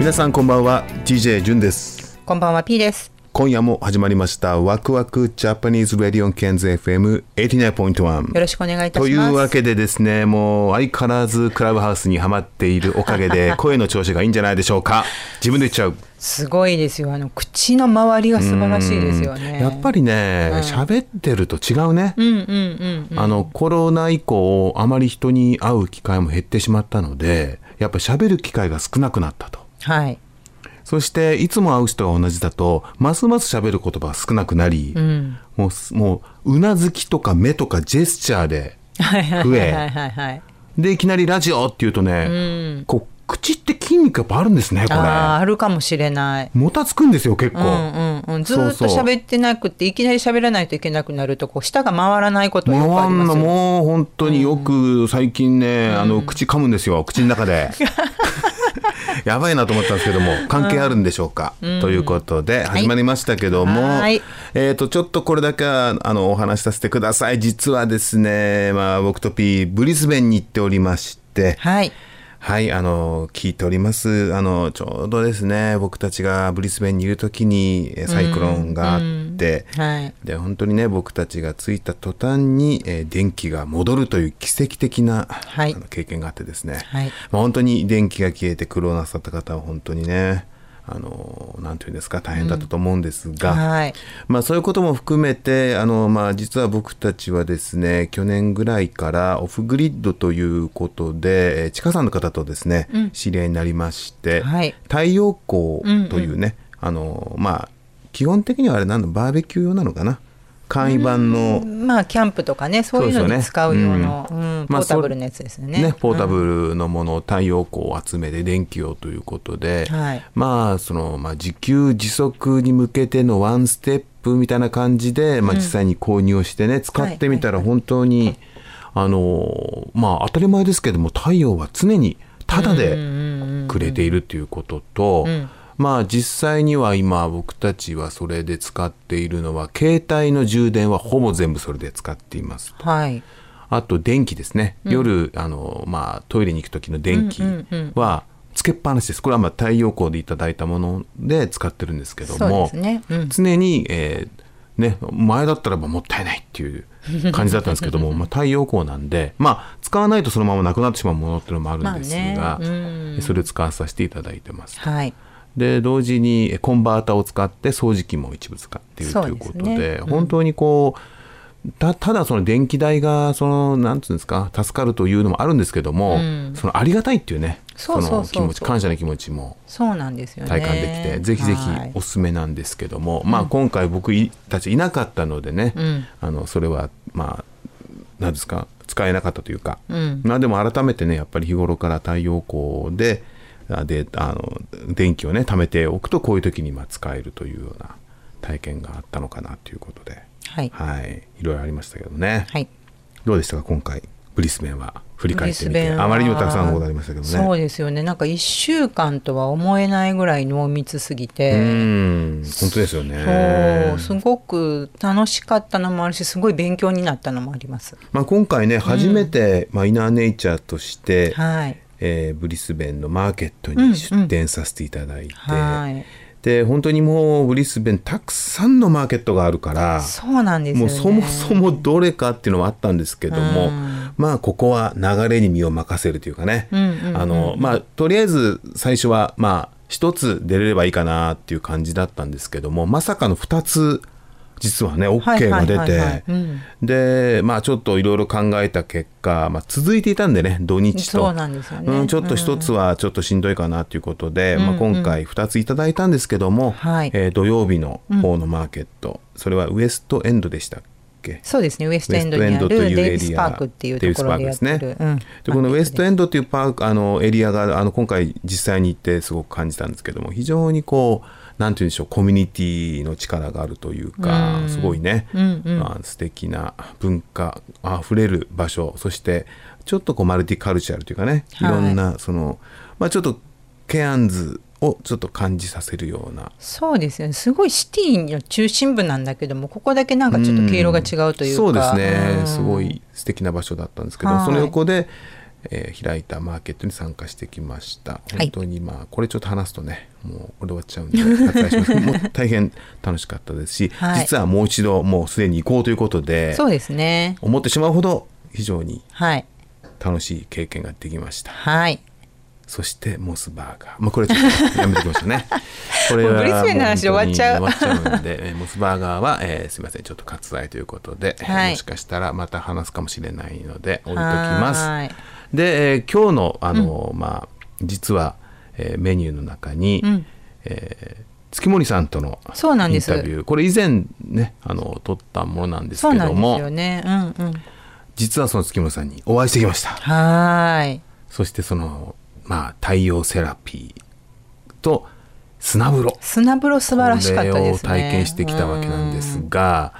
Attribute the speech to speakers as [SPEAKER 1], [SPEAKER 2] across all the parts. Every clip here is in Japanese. [SPEAKER 1] 皆さんこんばんは DJ ジュンです
[SPEAKER 2] こんばんは、P です。
[SPEAKER 1] 今夜も始まりましたワクワクジャパニーズ・ラディオン・ケンズ FM89.1
[SPEAKER 2] よろしくお願いいたします。
[SPEAKER 1] というわけでですねもう相変わらずクラブハウスにはまっているおかげ で声の調子がいいんじゃないでしょうか自分で言っちゃう
[SPEAKER 2] すごいですよ。あの、口の周りが素晴らしいですよね。
[SPEAKER 1] やっぱりね喋、ってると違うね、
[SPEAKER 2] うんうんうん。
[SPEAKER 1] あのコロナ以降あまり人に会う機会も減ってしまったのでやっぱ喋る機会が少なくなったと
[SPEAKER 2] はい。
[SPEAKER 1] そしていつも会う人が同じだとますます喋る言葉が少なくなり、もうすもううなずきとか目とかジェスチャーで
[SPEAKER 2] はいはい
[SPEAKER 1] 増
[SPEAKER 2] はいはい
[SPEAKER 1] え
[SPEAKER 2] はいはい。
[SPEAKER 1] でいきなりラジオっていうとね、こう口って筋肉やっぱあるんですねこ
[SPEAKER 2] ああ、
[SPEAKER 1] れ
[SPEAKER 2] あるかもしれない。
[SPEAKER 1] もたつくんですよ結構、
[SPEAKER 2] うんうんうん、ずーっと
[SPEAKER 1] そうそう
[SPEAKER 2] 喋ってなくていきなり喋らないといけなくなるとこう舌が回らないことよくあ
[SPEAKER 1] 回
[SPEAKER 2] り
[SPEAKER 1] ん
[SPEAKER 2] ま
[SPEAKER 1] の
[SPEAKER 2] すよ
[SPEAKER 1] もう本当によく最近ね、あの口噛むんですよ口の中でやばいなと思ったんですけども関係あるんでしょうか、ということで始まりましたけども、
[SPEAKER 2] はい
[SPEAKER 1] えっ、とちょっとこれだけはあのお話しさせてください実はですね、まあ、僕と P ブリスベンに行っておりまして
[SPEAKER 2] はい
[SPEAKER 1] はい、あの、聞いております。あの、ちょうどですね、僕たちがブリスベンにいるときにえーサイクロンがあって、
[SPEAKER 2] うんはい
[SPEAKER 1] で、本当にね、僕たちが着いた途端に、えー電気が戻るという奇跡的な、
[SPEAKER 2] はい
[SPEAKER 1] あの経験があってですね、
[SPEAKER 2] はい
[SPEAKER 1] まあ、本当に電気が消えて苦労なさった方は本当にね、あの、なんていうんですか、大変だったと思うんですが、
[SPEAKER 2] はい
[SPEAKER 1] まあ、そういうことも含めてあの、まあ、実は僕たちはですね去年ぐらいからオフグリッドということで、えー、地下さんの方とですね、知り合いになりまして、
[SPEAKER 2] はい
[SPEAKER 1] 太陽光というね、あのまあ、基本的にはあれなんだバーベキュー用なのかな簡易版の、
[SPEAKER 2] まあキャンプとかねそういうのに使う用のうんポータブルのやつですよね
[SPEAKER 1] まあそポータブルのものを太陽光を集めて電気をということで、
[SPEAKER 2] はい
[SPEAKER 1] まあその、まあ、自給自足に向けてのワンステップみたいな感じで、まあ、実際に購入をしてね使ってみたら本当に、あのまあ当たり前ですけども太陽は常にタダでくれているということと、まあ実際には今僕たちはそれで使っているのは携帯の充電はほぼ全部それで使っています
[SPEAKER 2] はい
[SPEAKER 1] あと電気ですね、夜あの、まあ、トイレに行く時の電気はつけっぱなしですこれはまあ太陽光でいただいたもので使ってるんですけども、
[SPEAKER 2] そうですねうん
[SPEAKER 1] 常に、えーね、前だったらばもったいないっていう感じだったんですけどもまあ太陽光なんで、まあ、使わないとそのままなくなってしまうものっていうのもあるんです
[SPEAKER 2] ま
[SPEAKER 1] が、
[SPEAKER 2] あねうん
[SPEAKER 1] それを使わさせていただいてます。
[SPEAKER 2] はい
[SPEAKER 1] で同時にえコンバーターを使って掃除機も一部使っている
[SPEAKER 2] そう
[SPEAKER 1] と
[SPEAKER 2] で
[SPEAKER 1] い
[SPEAKER 2] す
[SPEAKER 1] う
[SPEAKER 2] ね
[SPEAKER 1] ことで本当にこうたただその電気代がそのなんつうんですか助かるというのもあるんですけども、そのありがたいっていうね
[SPEAKER 2] そうそうそうそう
[SPEAKER 1] の気持ち感謝の気持ちも
[SPEAKER 2] そうなんですよね
[SPEAKER 1] 体感できて、ぜひぜひ
[SPEAKER 2] はい
[SPEAKER 1] おすすめなんですけども、まあ今回僕いたちいなかったのでね、あのそれはまあ何ですか使えなかったというか、まあでも改めてねやっぱり日頃から太陽光であであの電気をね貯めておくとこういう時にまあ使えるというような体験があったのかなということで、
[SPEAKER 2] はい
[SPEAKER 1] はい、いろいろありましたけどね、
[SPEAKER 2] はい
[SPEAKER 1] どうでしたか今回ブリスベンは振り返ってみ
[SPEAKER 2] ブリス
[SPEAKER 1] て
[SPEAKER 2] ベンは
[SPEAKER 1] あまりにもたくさんのことありましたけどね。
[SPEAKER 2] そうですよねなんか1週間とは思えないぐらい濃密すぎて
[SPEAKER 1] うん本当ですよね
[SPEAKER 2] そうすごく楽しかったのもあるしすごい勉強になったのもあります。
[SPEAKER 1] まあ、今回ね初めて、まあ、イナーネイチャーとして、
[SPEAKER 2] はい
[SPEAKER 1] えーブリスベンのマーケットに出店させていただいて、
[SPEAKER 2] はい
[SPEAKER 1] で本当にもうブリスベンたくさんのマーケットがあるから
[SPEAKER 2] そうなんですよ、ね、
[SPEAKER 1] もうそもそもどれかっていうのはあったんですけども、まあここは流れに身を任せるというかね、あのまあとりあえず最初はまあ一つ出れればいいかなっていう感じだったんですけどもまさかの2つ実はね
[SPEAKER 2] はい
[SPEAKER 1] OK
[SPEAKER 2] は
[SPEAKER 1] が
[SPEAKER 2] いはい
[SPEAKER 1] 出
[SPEAKER 2] はい
[SPEAKER 1] て
[SPEAKER 2] うん
[SPEAKER 1] でまあちょっといろいろ考えた結果、まあ、続いていたんでね土日と
[SPEAKER 2] そうなんですよね
[SPEAKER 1] うんちょっと一つはちょっとしんどいかなということで、まあ、今回2ついただいたんですけども、
[SPEAKER 2] はい
[SPEAKER 1] えー土曜日の方のマーケット、それはウエストエンドでしたっけ
[SPEAKER 2] そうですねウエストエンドに
[SPEAKER 1] ウエス
[SPEAKER 2] あ
[SPEAKER 1] ト
[SPEAKER 2] る
[SPEAKER 1] エンドという
[SPEAKER 2] デイ
[SPEAKER 1] エ
[SPEAKER 2] ビス
[SPEAKER 1] リ
[SPEAKER 2] パ
[SPEAKER 1] ア
[SPEAKER 2] ークっていうところでやってる
[SPEAKER 1] デイビスパークですね
[SPEAKER 2] うん
[SPEAKER 1] でこのウエストエンドっていうパークあのエリアがあの今回実際に行ってすごく感じたんですけども非常にこうなんて言うんでしょうコミュニティの力があるというかすごいね、まあ、素敵な文化あふれる場所そしてちょっとこうマルティカルチャルというかねい
[SPEAKER 2] はい
[SPEAKER 1] ろんなその、まあ、ちょっとケアンズをちょっと感じさせるような
[SPEAKER 2] そうですねすごいシティの中心部なんだけどもここだけなんかちょっと毛色が違うというか、
[SPEAKER 1] そうですね、
[SPEAKER 2] うん
[SPEAKER 1] すごい素敵な場所だったんですけど、
[SPEAKER 2] はい
[SPEAKER 1] その横で、えー開いたマーケットに参加してきました
[SPEAKER 2] い
[SPEAKER 1] 本当にまあ、これちょっと話すとねもうこれ終わっちゃうん で割愛しますけどもう大変楽しかったですし、
[SPEAKER 2] はい
[SPEAKER 1] 実はもう一度もうすでに行こうということで
[SPEAKER 2] そうですね
[SPEAKER 1] 思ってしまうほど非常に
[SPEAKER 2] はい
[SPEAKER 1] 楽しい経験ができました
[SPEAKER 2] はい
[SPEAKER 1] そしてモスバーガー、まあ、これちょっとやめてきました ねこれ
[SPEAKER 2] もうブリスベンの話で終わっちゃう
[SPEAKER 1] も本当に終わっちゃうんでえーモスバーガーは、えーすみませんちょっと割愛ということで、えー
[SPEAKER 2] はい
[SPEAKER 1] もしかしたらまた話すかもしれないので置いときます
[SPEAKER 2] はい
[SPEAKER 1] で、えー今日のあの、まあ実は、えーメニューの中に、えー月森さんとの
[SPEAKER 2] そうなん
[SPEAKER 1] イ
[SPEAKER 2] で
[SPEAKER 1] ン
[SPEAKER 2] す
[SPEAKER 1] タビューこれ以前ねあの撮ったものなんです
[SPEAKER 2] そう
[SPEAKER 1] け
[SPEAKER 2] な
[SPEAKER 1] ど
[SPEAKER 2] んで
[SPEAKER 1] も
[SPEAKER 2] すよねうんうん
[SPEAKER 1] 実はその月森さんにお会いしてきました
[SPEAKER 2] はい
[SPEAKER 1] そしてその、まあ、太陽セラピーと砂風呂。
[SPEAKER 2] 砂風呂素晴らしかったですね
[SPEAKER 1] これを体験してきたわけなんですが、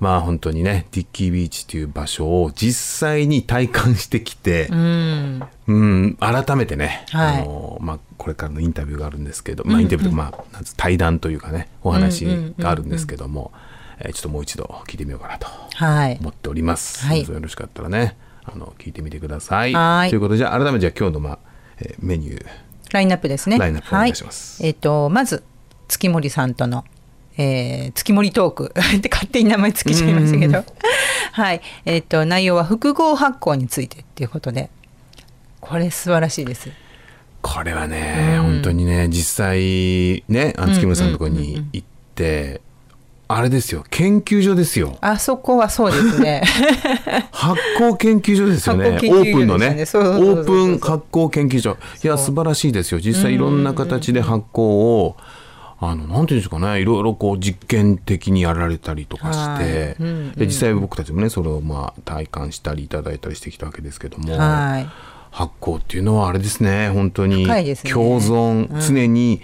[SPEAKER 1] まあ本当にね、ディッキービーチという場所を実際に体感してきて、
[SPEAKER 2] うん
[SPEAKER 1] うん、改めてね、
[SPEAKER 2] はい
[SPEAKER 1] あのまあ、これからのインタビューがあるんですけど、まあ、インタビューとか、まあ、なんつ対談というかねお話があるんですけども、えーちょっともう一度聞いてみようかなと
[SPEAKER 2] はい
[SPEAKER 1] 思っております。
[SPEAKER 2] はい
[SPEAKER 1] よろしかったらねあの聞いてみてください。
[SPEAKER 2] はい
[SPEAKER 1] ということでじゃあ改めてじゃあ今日の、まあえーメニュー
[SPEAKER 2] ラインナップですね。
[SPEAKER 1] ラインナップお願いします
[SPEAKER 2] はい、えっ、と、まず、月森さんとの、えー月森トーク って勝手に名前つけちゃいましたけど。はい。えっ、と、内容は複合発行についてっていうことで、これ素晴らしいです。
[SPEAKER 1] これはね、本当にね実際ねあの月村さんのところに行って、あれですよ研究所ですよ
[SPEAKER 2] あそこはそうで すね。
[SPEAKER 1] 発酵研究所ですよねオ
[SPEAKER 2] 発酵
[SPEAKER 1] ー
[SPEAKER 2] 研究所
[SPEAKER 1] プンのね
[SPEAKER 2] ですよねそうそうそうそう
[SPEAKER 1] オープン発酵研究所いや素晴らしいですよ実際いろんな形で発酵を、あのなんていうんですかねいろいろこう実験的にやられたりとかして、
[SPEAKER 2] はいうんうん
[SPEAKER 1] で実際僕たちもねそれをまあ体感したりいただいたりしてきたわけですけども、
[SPEAKER 2] はい。
[SPEAKER 1] 発酵っていうのはあれですね本当に
[SPEAKER 2] 深いですね
[SPEAKER 1] 共存、常に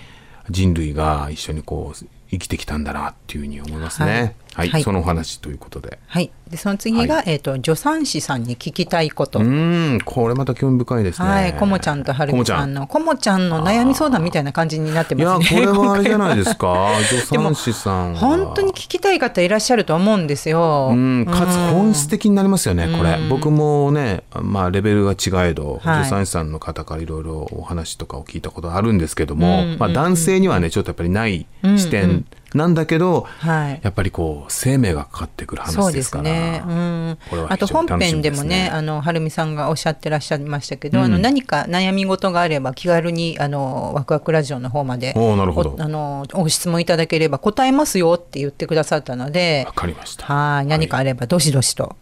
[SPEAKER 1] 人類が一緒にこう生きてきたんだなっていうふうに思いますねは、
[SPEAKER 2] はいいはい
[SPEAKER 1] そのお話ということで
[SPEAKER 2] はい。で、その次が、
[SPEAKER 1] は
[SPEAKER 2] えっ、と、助産師さんに聞きたいこと。
[SPEAKER 1] うーんこれまた興味深いですね
[SPEAKER 2] はい、コモちゃんとはる
[SPEAKER 1] コモ
[SPEAKER 2] き
[SPEAKER 1] ちゃ
[SPEAKER 2] さ
[SPEAKER 1] ん
[SPEAKER 2] んのコモちゃんの悩み相談みたいな感じになって
[SPEAKER 1] いや
[SPEAKER 2] ま
[SPEAKER 1] こ
[SPEAKER 2] す ね。
[SPEAKER 1] れはあれじゃ
[SPEAKER 2] 今回
[SPEAKER 1] な
[SPEAKER 2] はい
[SPEAKER 1] です か助産師さんは
[SPEAKER 2] 本当に聞きたい方いらっしゃると思うんですよ。
[SPEAKER 1] うん、かつ本質的になりますよね、これ。僕もね、まあ、レベルが違えど、
[SPEAKER 2] はい
[SPEAKER 1] 助産師さんの方からいろいろお話とかを聞いたことあるんですけども、まあ、男性にはね、ちょっとやっぱりない視点なんだけど、
[SPEAKER 2] はい
[SPEAKER 1] やっぱりこう、生命がかかってくる
[SPEAKER 2] そ
[SPEAKER 1] 話
[SPEAKER 2] う
[SPEAKER 1] で
[SPEAKER 2] ですす
[SPEAKER 1] から。
[SPEAKER 2] ね。うん
[SPEAKER 1] これ。は
[SPEAKER 2] あ
[SPEAKER 1] 非
[SPEAKER 2] と
[SPEAKER 1] 常
[SPEAKER 2] 本
[SPEAKER 1] に楽しみ
[SPEAKER 2] 編で
[SPEAKER 1] ですね
[SPEAKER 2] もね、あのはるみさんがおっしゃってらっしゃいましたけど、あの何か悩み事があれば気軽にあのワクワクラジオの方まで、
[SPEAKER 1] おーなるほど
[SPEAKER 2] おあのお質問いただければ答えますよって言ってくださったので
[SPEAKER 1] わ、かりました。
[SPEAKER 2] はい、何か
[SPEAKER 1] は
[SPEAKER 2] あ
[SPEAKER 1] い
[SPEAKER 2] ればどしどしと。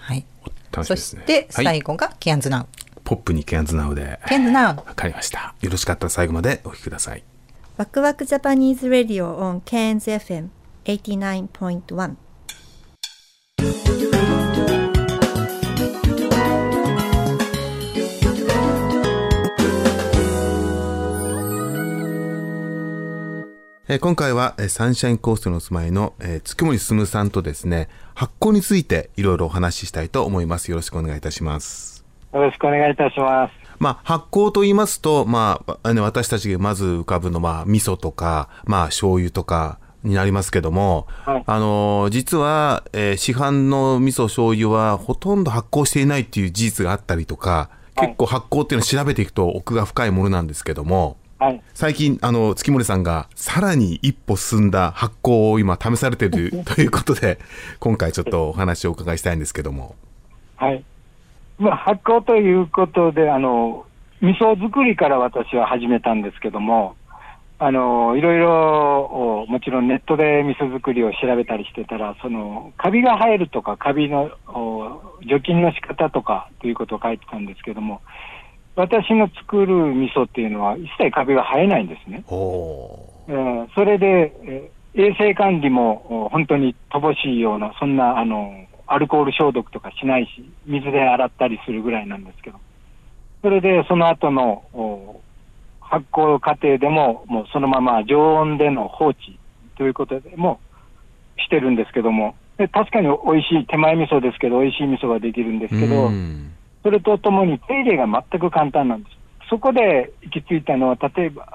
[SPEAKER 2] はい。
[SPEAKER 1] 楽しみ
[SPEAKER 2] そ
[SPEAKER 1] で
[SPEAKER 2] し
[SPEAKER 1] すね。
[SPEAKER 2] て
[SPEAKER 1] は
[SPEAKER 2] 最
[SPEAKER 1] い、
[SPEAKER 2] 後がケアンズナウ。
[SPEAKER 1] ポップにケアンズナウで。
[SPEAKER 2] ケアンズナウ。
[SPEAKER 1] わかりました。よろしかったら最後までお聞きください。
[SPEAKER 3] ワクワクジャパニーズ・ラディオ on Cairns FM 89.1
[SPEAKER 1] えー今回は、えーサンシャインコーストにお住まいの、えー月森進さんとですね、発酵についていろいろお話ししたいと思います。よろしくお願いいたします。
[SPEAKER 4] よろしくお願いいたします。
[SPEAKER 1] まあ、発酵と言いますと、まあ、あの私たちがまず浮かぶのは、味噌とか、まあ、醤油とかになりますけども、
[SPEAKER 4] はい
[SPEAKER 1] あのー実は、えー市販の味噌醤油はほとんど発酵していないっていう事実があったりとか、
[SPEAKER 4] はい
[SPEAKER 1] 結構発酵っていうのを調べていくと奥が深いものなんですけども、
[SPEAKER 4] はい。
[SPEAKER 1] 最近あの月森さんがさらに一歩進んだ発酵を今試されてい るということで今回ちょっとお話をお伺いしたいんですけども
[SPEAKER 4] はい。まあ、発酵ということで、あの、味噌作りから私は始めたんですけども、あの、いろいろ、おもちろんネットで味噌作りを調べたりしてたら、その、カビが生えるとか、カビのお除菌の仕方とかということを書いてたんですけども、私の作る味噌っていうのは一切カビが生えないんですね。
[SPEAKER 1] お
[SPEAKER 4] えーそれで、えー衛生管理もお本当に乏しいような、そんな、あの、アルコール消毒とかしないし、水で洗ったりするぐらいなんですけど、それでその後のお発酵過程でも、もうそのまま常温での放置ということでもしてるんですけども、で確かに美味しい手前味噌ですけど、美味しい味噌ができるんですけど、
[SPEAKER 1] うん
[SPEAKER 4] それとともに手入れが全く簡単なんです。そこで行き着いたのは、例えば、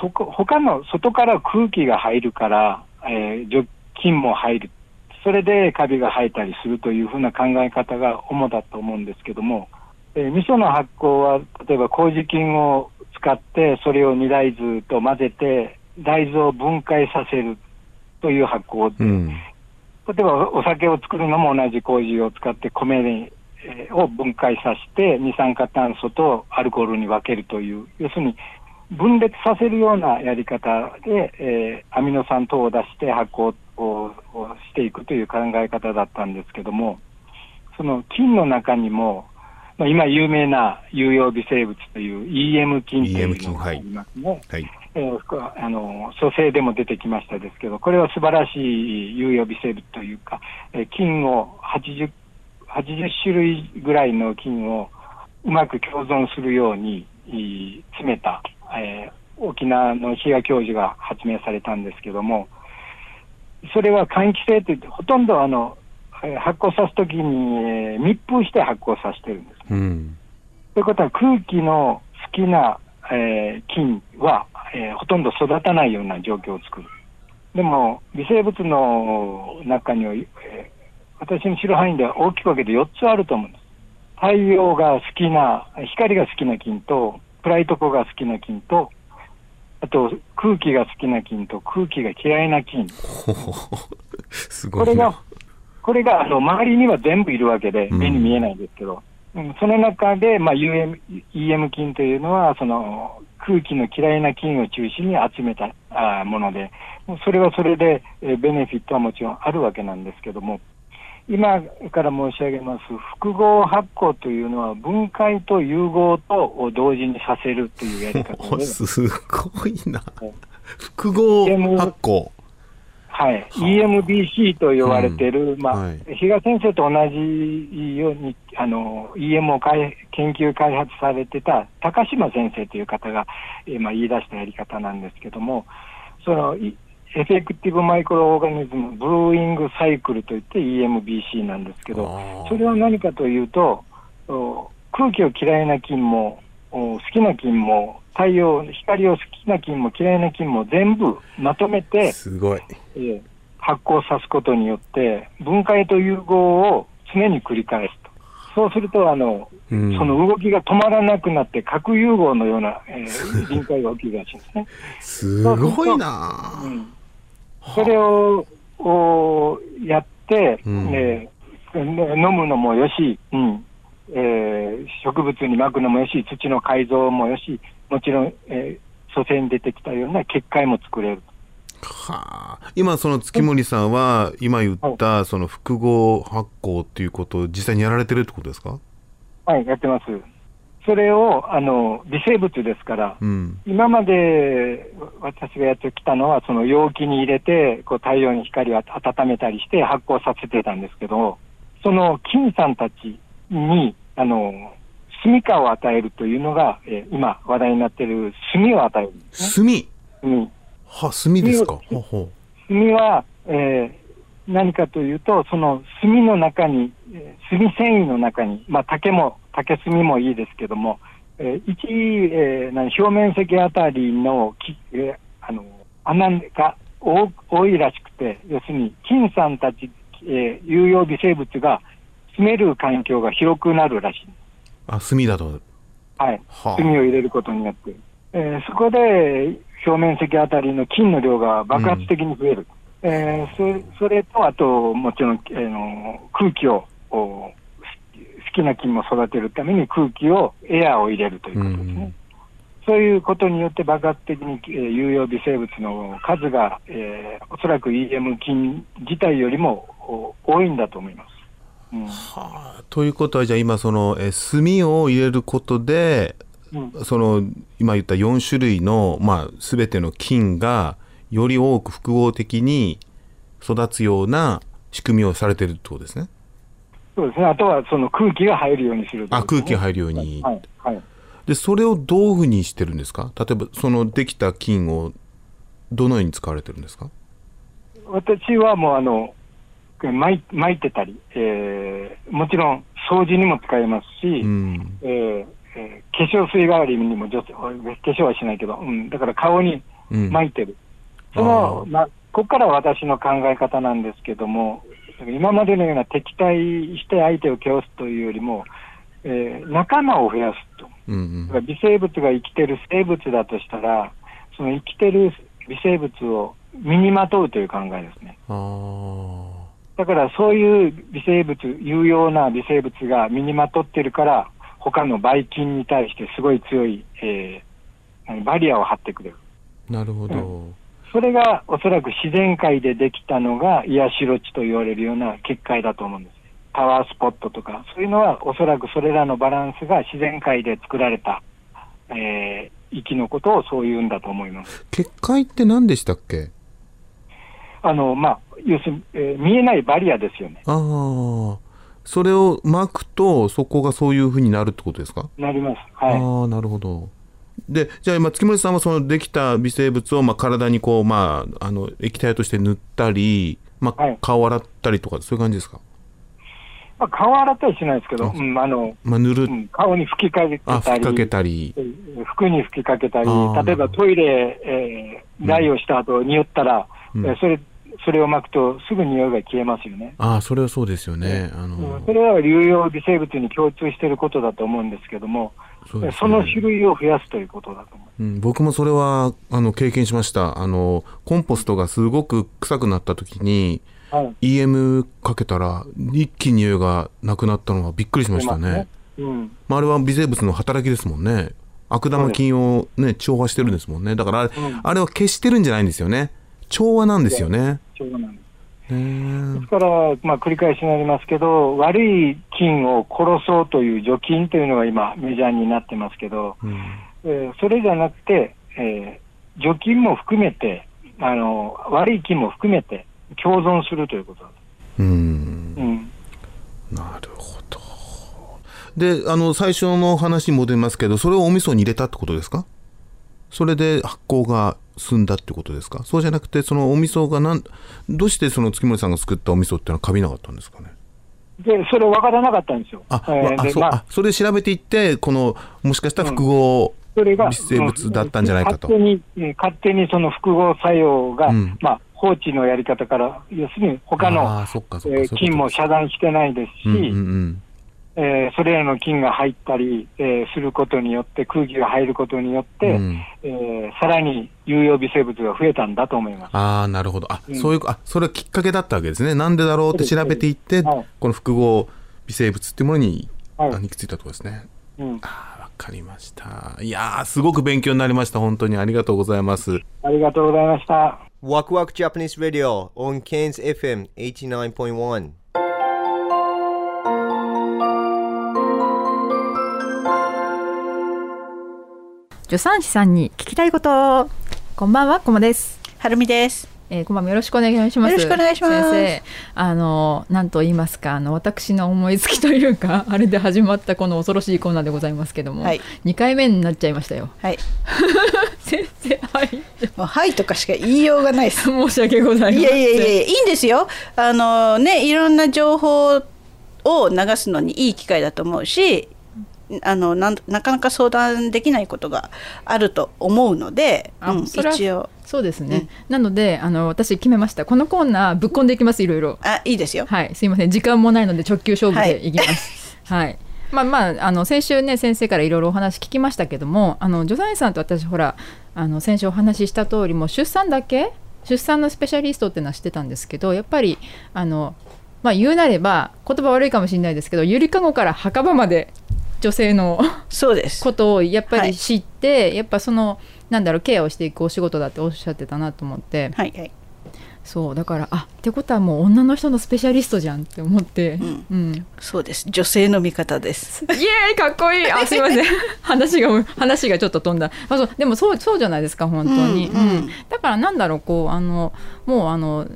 [SPEAKER 4] そこ他の外から空気が入るから、えー除菌も入る。それでカビが生えたりするというふうな考え方が主だと思うんですけども、えー味噌の発酵は、例えば麹菌を使って、それを二大豆と混ぜて、大豆を分解させるという発酵で、
[SPEAKER 1] うん
[SPEAKER 4] 例えばお酒を作るのも同じ麹を使って米にえーを分解させて二酸化炭素とアルコールに分けるという要するに分裂させるようなやり方で、えーアミノ酸等を出して発酵ををしていくという考え方だったんですけどもその菌の中にも、まあ、今有名な有用微生物という EM 菌というのがありますね。
[SPEAKER 1] はい
[SPEAKER 4] えーふくあの蘇生でも出てきましたですけど、これは素晴らしい有用微生物というか、えー菌を 80, 80種類ぐらいの菌をうまく共存するようにいい詰めた、えー沖縄の比嘉教授が発明されたんですけども、それは換気性といって、ほとんどあのえー発酵さすときに、えー密封して発酵させてるんです。
[SPEAKER 1] うん
[SPEAKER 4] ということは空気の好きな、えー菌は、えーほとんど育たないような状況を作る。でも微生物の中には、えー私の知る範囲では大きく分けて4つあると思うんです。太陽が好きな、光が好きな菌と、暗いとこが好きな菌と、あと空気が好きな菌と空気が嫌いな菌。
[SPEAKER 1] ほほほすご
[SPEAKER 4] こ
[SPEAKER 1] いな
[SPEAKER 4] れが、これがあの周りには全部いるわけで、
[SPEAKER 1] ん
[SPEAKER 4] 目に見えないんですけど、うんその中で、まあ、UM EM 菌というのは、その空気の嫌いな菌を中心に集めたあーもので、もうそれはそれで、えーベネフィットはもちろんあるわけなんですけども、今から申し上げます複合発酵というのは分解と融合とを同時にさせるというやり方
[SPEAKER 1] お
[SPEAKER 4] で、
[SPEAKER 1] すごいな複合発酵
[SPEAKER 4] はい、EMBC と呼ばれている、まあ
[SPEAKER 1] はい
[SPEAKER 4] 比嘉先生と同じようにあの EM を開研究開発されてた高島先生という方が今言い出したやり方なんですけどもそのいエフェクティブマイクロオーガニズムブルーイングサイクルといって EMBC なんですけど
[SPEAKER 1] あー
[SPEAKER 4] それは何かというとお空気を嫌いな菌もお好きな菌も太陽光を好きな菌も嫌いな菌も全部まとめて
[SPEAKER 1] すごい
[SPEAKER 4] えー発酵さすことによって分解と融合を常に繰り返すとそうするとあの、
[SPEAKER 1] うん
[SPEAKER 4] その動きが止まらなくなって核融合のような、え ー臨界が起きるらしいんですね、
[SPEAKER 1] すごいな
[SPEAKER 4] うん、それををやって、
[SPEAKER 1] うん
[SPEAKER 4] えーね飲むのもよし、うんえー植物にまくのもよし土の改造もよしもちろん、えー蘇生に出てきたような結界も作れる
[SPEAKER 1] はあ今その月森さんは今言ったその複合発酵っていうことを実際にやられてるってことですか
[SPEAKER 4] はい、やってます。それを、あの、微生物ですから、
[SPEAKER 1] うん
[SPEAKER 4] 今まで私がやってきたのは、その容器に入れて、こう太陽に光を温めたりして発酵させてたんですけど、その菌さんたちに、あの、住処を与えるというのが、えー今話題になっている炭を与えるんですね。
[SPEAKER 1] 炭
[SPEAKER 4] 炭
[SPEAKER 1] は炭ですかほ
[SPEAKER 4] 炭
[SPEAKER 1] うほ
[SPEAKER 4] 炭は、えー何かというと、その炭の中に、えー炭繊維の中に、まあ、竹も、竹炭もいいですけども、えー一、えー何表面積あたりのき、えーあの穴が多多いらしくて、要するに菌さんたち、えー有用微生物が住める環境が広くなるらしい。
[SPEAKER 1] うあ炭だと
[SPEAKER 4] はい、
[SPEAKER 1] はあ
[SPEAKER 4] 炭を入れることによって、えーそこで表面積あたりの菌の量が爆発的に増える、えーそれそれとあと、もちろん、えーの空気をお好き好きな菌も育てるために空気をエアーを入れるということですね。そういうことによって爆発的に、えー有用微生物の数が、えーおそらく EM 菌自体よりもお多いんだと思います。うん
[SPEAKER 1] はあということはじゃあ今その、えー炭を入れることで、
[SPEAKER 4] う
[SPEAKER 1] その今言った4種類の、まあ、全ての菌がより多く複合的に育つような仕組みをされてるってことですね。
[SPEAKER 4] そうですね、あとはその空気が入るようにするという
[SPEAKER 1] あ
[SPEAKER 4] こと
[SPEAKER 1] 空
[SPEAKER 4] です
[SPEAKER 1] 気
[SPEAKER 4] ね、
[SPEAKER 1] 入るように、
[SPEAKER 4] はいはい
[SPEAKER 1] でそれをどういうふうにしてるんですか例えばそのできた菌をどのように使われてるんですか
[SPEAKER 4] 私はもうあの巻い巻いてたり、えーもちろん掃除にも使えますし、
[SPEAKER 1] うん
[SPEAKER 4] えーえー化粧水代わりにも女性化粧はしないけど、うん、だから顔に
[SPEAKER 1] うん
[SPEAKER 4] 巻いてる、そ
[SPEAKER 1] あ
[SPEAKER 4] の
[SPEAKER 1] ー
[SPEAKER 4] まあ、ここからは私の考え方なんですけども、今までのような敵対して相手を蹴落すというよりも、えー仲間を増やすと。
[SPEAKER 1] うん
[SPEAKER 4] だから微生物が生きてる生物だとしたら、その生きてる微生物を身にまとうという考えですね。
[SPEAKER 1] あー
[SPEAKER 4] だからそういう微生物、有用な微生物が身にまとってるから、他のばい菌に対してすごい強い、えーバリアを張ってくれる。
[SPEAKER 1] なるほど、
[SPEAKER 4] それがおそらく自然界でできたのが癒しロ地と言われるような結界だと思うんです。パワースポットとか、そういうのはおそらくそれらのバランスが自然界で作られた、えー、生きのことをそう言うんだと思います。
[SPEAKER 1] 結界って何でしたっけ
[SPEAKER 4] あの、まあ、要するに、えー見えないバリアですよね。
[SPEAKER 1] ああそれを巻くとそこがそういうふうになるってことですか
[SPEAKER 4] なります。は
[SPEAKER 1] ああなるほどでじゃあ今月森さんはそのできた微生物をまあ体にこう、まあ、あの液体として塗ったり、まあ
[SPEAKER 4] はい
[SPEAKER 1] 顔洗ったりとかそういう感じですか、
[SPEAKER 4] い。まあ、顔洗ったりしないですけど、
[SPEAKER 1] あ
[SPEAKER 4] うん、あの、
[SPEAKER 1] まあ、塗る、
[SPEAKER 4] うん、顔に吹きかけてたり。
[SPEAKER 1] あ吹きかけたり
[SPEAKER 4] えー服に吹きかけたり
[SPEAKER 1] あー、
[SPEAKER 4] 例え
[SPEAKER 1] なるほど
[SPEAKER 4] ばトイレ、えー、台をした後、匂ったら、
[SPEAKER 1] うん
[SPEAKER 4] えーそれ、それを巻くとすぐ匂いが消えますよね。
[SPEAKER 1] ああそれはそうですよね、あの
[SPEAKER 4] うんそれらは流用微生物に共通していることだと思うんですけども、
[SPEAKER 1] そうですね
[SPEAKER 4] その種類を増やすということだと思う。
[SPEAKER 1] うん、僕もそれはあの経験しましたあのコンポストがすごく臭くなった時に
[SPEAKER 4] はい、
[SPEAKER 1] EM かけたら一気に匂いがなくなったのはびっくりしました
[SPEAKER 4] 出ます
[SPEAKER 1] ね
[SPEAKER 4] ねうん、
[SPEAKER 1] まあ、あれは微生物の働きですもんね。悪玉菌をね、調和してるんですもんね。だからあれ、
[SPEAKER 4] うん
[SPEAKER 1] あれは消してるんじゃないんですよね。調和なんですよね。
[SPEAKER 4] そうなんです。
[SPEAKER 1] へー
[SPEAKER 4] ですから、まあ、繰り返しになりますけど、悪い菌を殺そうという除菌というのが今、メジャーになってますけど、
[SPEAKER 1] うん
[SPEAKER 4] えーそれじゃなくて、えー除菌も含めてあの、悪い菌も含めて共存するということだと。
[SPEAKER 1] うん。
[SPEAKER 4] うん
[SPEAKER 1] なるほど。で、あの、最初の話に戻りますけど、それをお味噌に入れたってことですかそれで発酵が済んだってことですかそうじゃなくて、そのお味噌がなん、どうしてその月森さんが作ったお味噌ってのはカビなかったんですかね
[SPEAKER 4] でそれ分からなかったんですよ。
[SPEAKER 1] あ、
[SPEAKER 4] えー
[SPEAKER 1] まあ、
[SPEAKER 4] で
[SPEAKER 1] そう、
[SPEAKER 4] まあ
[SPEAKER 1] あ、それ調べていって、この、もしかしたら複合
[SPEAKER 4] それが
[SPEAKER 1] 微生物だったんじゃないかと。
[SPEAKER 4] 勝手に、えー勝手にその複合作用が、
[SPEAKER 1] うん
[SPEAKER 4] まあ、放置のやり方から、要するに他の
[SPEAKER 1] あー、そっかそっか
[SPEAKER 4] えー菌も遮断してないですし、
[SPEAKER 1] うんうんうん
[SPEAKER 4] えーそれらの菌が入ったり、えーすることによって、空気が入ることによって、
[SPEAKER 1] うん
[SPEAKER 4] えーさらに有用微生物が増えたんだと思います。
[SPEAKER 1] ああ、なるほど。あ、
[SPEAKER 4] うん
[SPEAKER 1] そういう、あ、それはきっかけだったわけですね。なんでだろうって調べていって、
[SPEAKER 4] はい
[SPEAKER 1] この複合微生物っていうものに、
[SPEAKER 4] はい
[SPEAKER 1] あ行き着いたところですね。
[SPEAKER 4] うん、
[SPEAKER 1] あーわかりました。いやー、すごく勉強になりました。本当にありがとうございます。
[SPEAKER 4] ありがとうございました。
[SPEAKER 5] Waku Waku Japanese Radio on Cairns FM 89.1.
[SPEAKER 6] 助産師さんに聞きたいことこんばんはこまです、
[SPEAKER 7] はるみです。
[SPEAKER 6] えー、こんばんはよろしくお願いします
[SPEAKER 7] よろしくお願いします
[SPEAKER 6] 先生あの何と言いますかあの私の思いつきというか あれで始まったこの恐ろしいコーナーでございますけども、
[SPEAKER 7] はい
[SPEAKER 6] 2回目になっちゃいましたよ
[SPEAKER 7] はい。
[SPEAKER 6] 先生はい
[SPEAKER 7] もうはいとかしか言いようがないです。
[SPEAKER 6] 申し訳ございません
[SPEAKER 7] いやいやいやいやいいんですよ。あのねいろんな情報を流すのにいい機会だと思うし、あのなんなかなか相談できないことがあると思うので、
[SPEAKER 6] あ
[SPEAKER 7] うん
[SPEAKER 6] それは
[SPEAKER 7] 一応
[SPEAKER 6] そうですね、なのであの私決めましたこのコーナーぶっこんでいきますいろいろ
[SPEAKER 7] あいいですよ。
[SPEAKER 6] はい、すいません時間もないので直球勝負でいきます。はい、まあまああの先週ね先生からいろいろお話聞きましたけどもあの助産師さんと私ほらあの先週お話しした通りもう出産だけ出産のスペシャリストっていうのは知ってたんですけどやっぱりあの、まあ、言うなれば言葉悪いかもしれないですけどゆりかごから墓場まで女性の
[SPEAKER 7] そうです
[SPEAKER 6] ことをやっぱり知って、やっぱそのなんだろうケアをしていくお仕事だっておっしゃってたなと思って、
[SPEAKER 7] はいはい、
[SPEAKER 6] そうだからあってことはもう女の人のスペシャリストじゃんって思って、うん
[SPEAKER 7] そうです女性の味方 です
[SPEAKER 6] イエーイかっこいいあすいま せん話が話がちょっと飛んだあそうでもそうそうじゃないですか本当に、
[SPEAKER 7] うんうん
[SPEAKER 6] だからなんだろうこうあのもうあの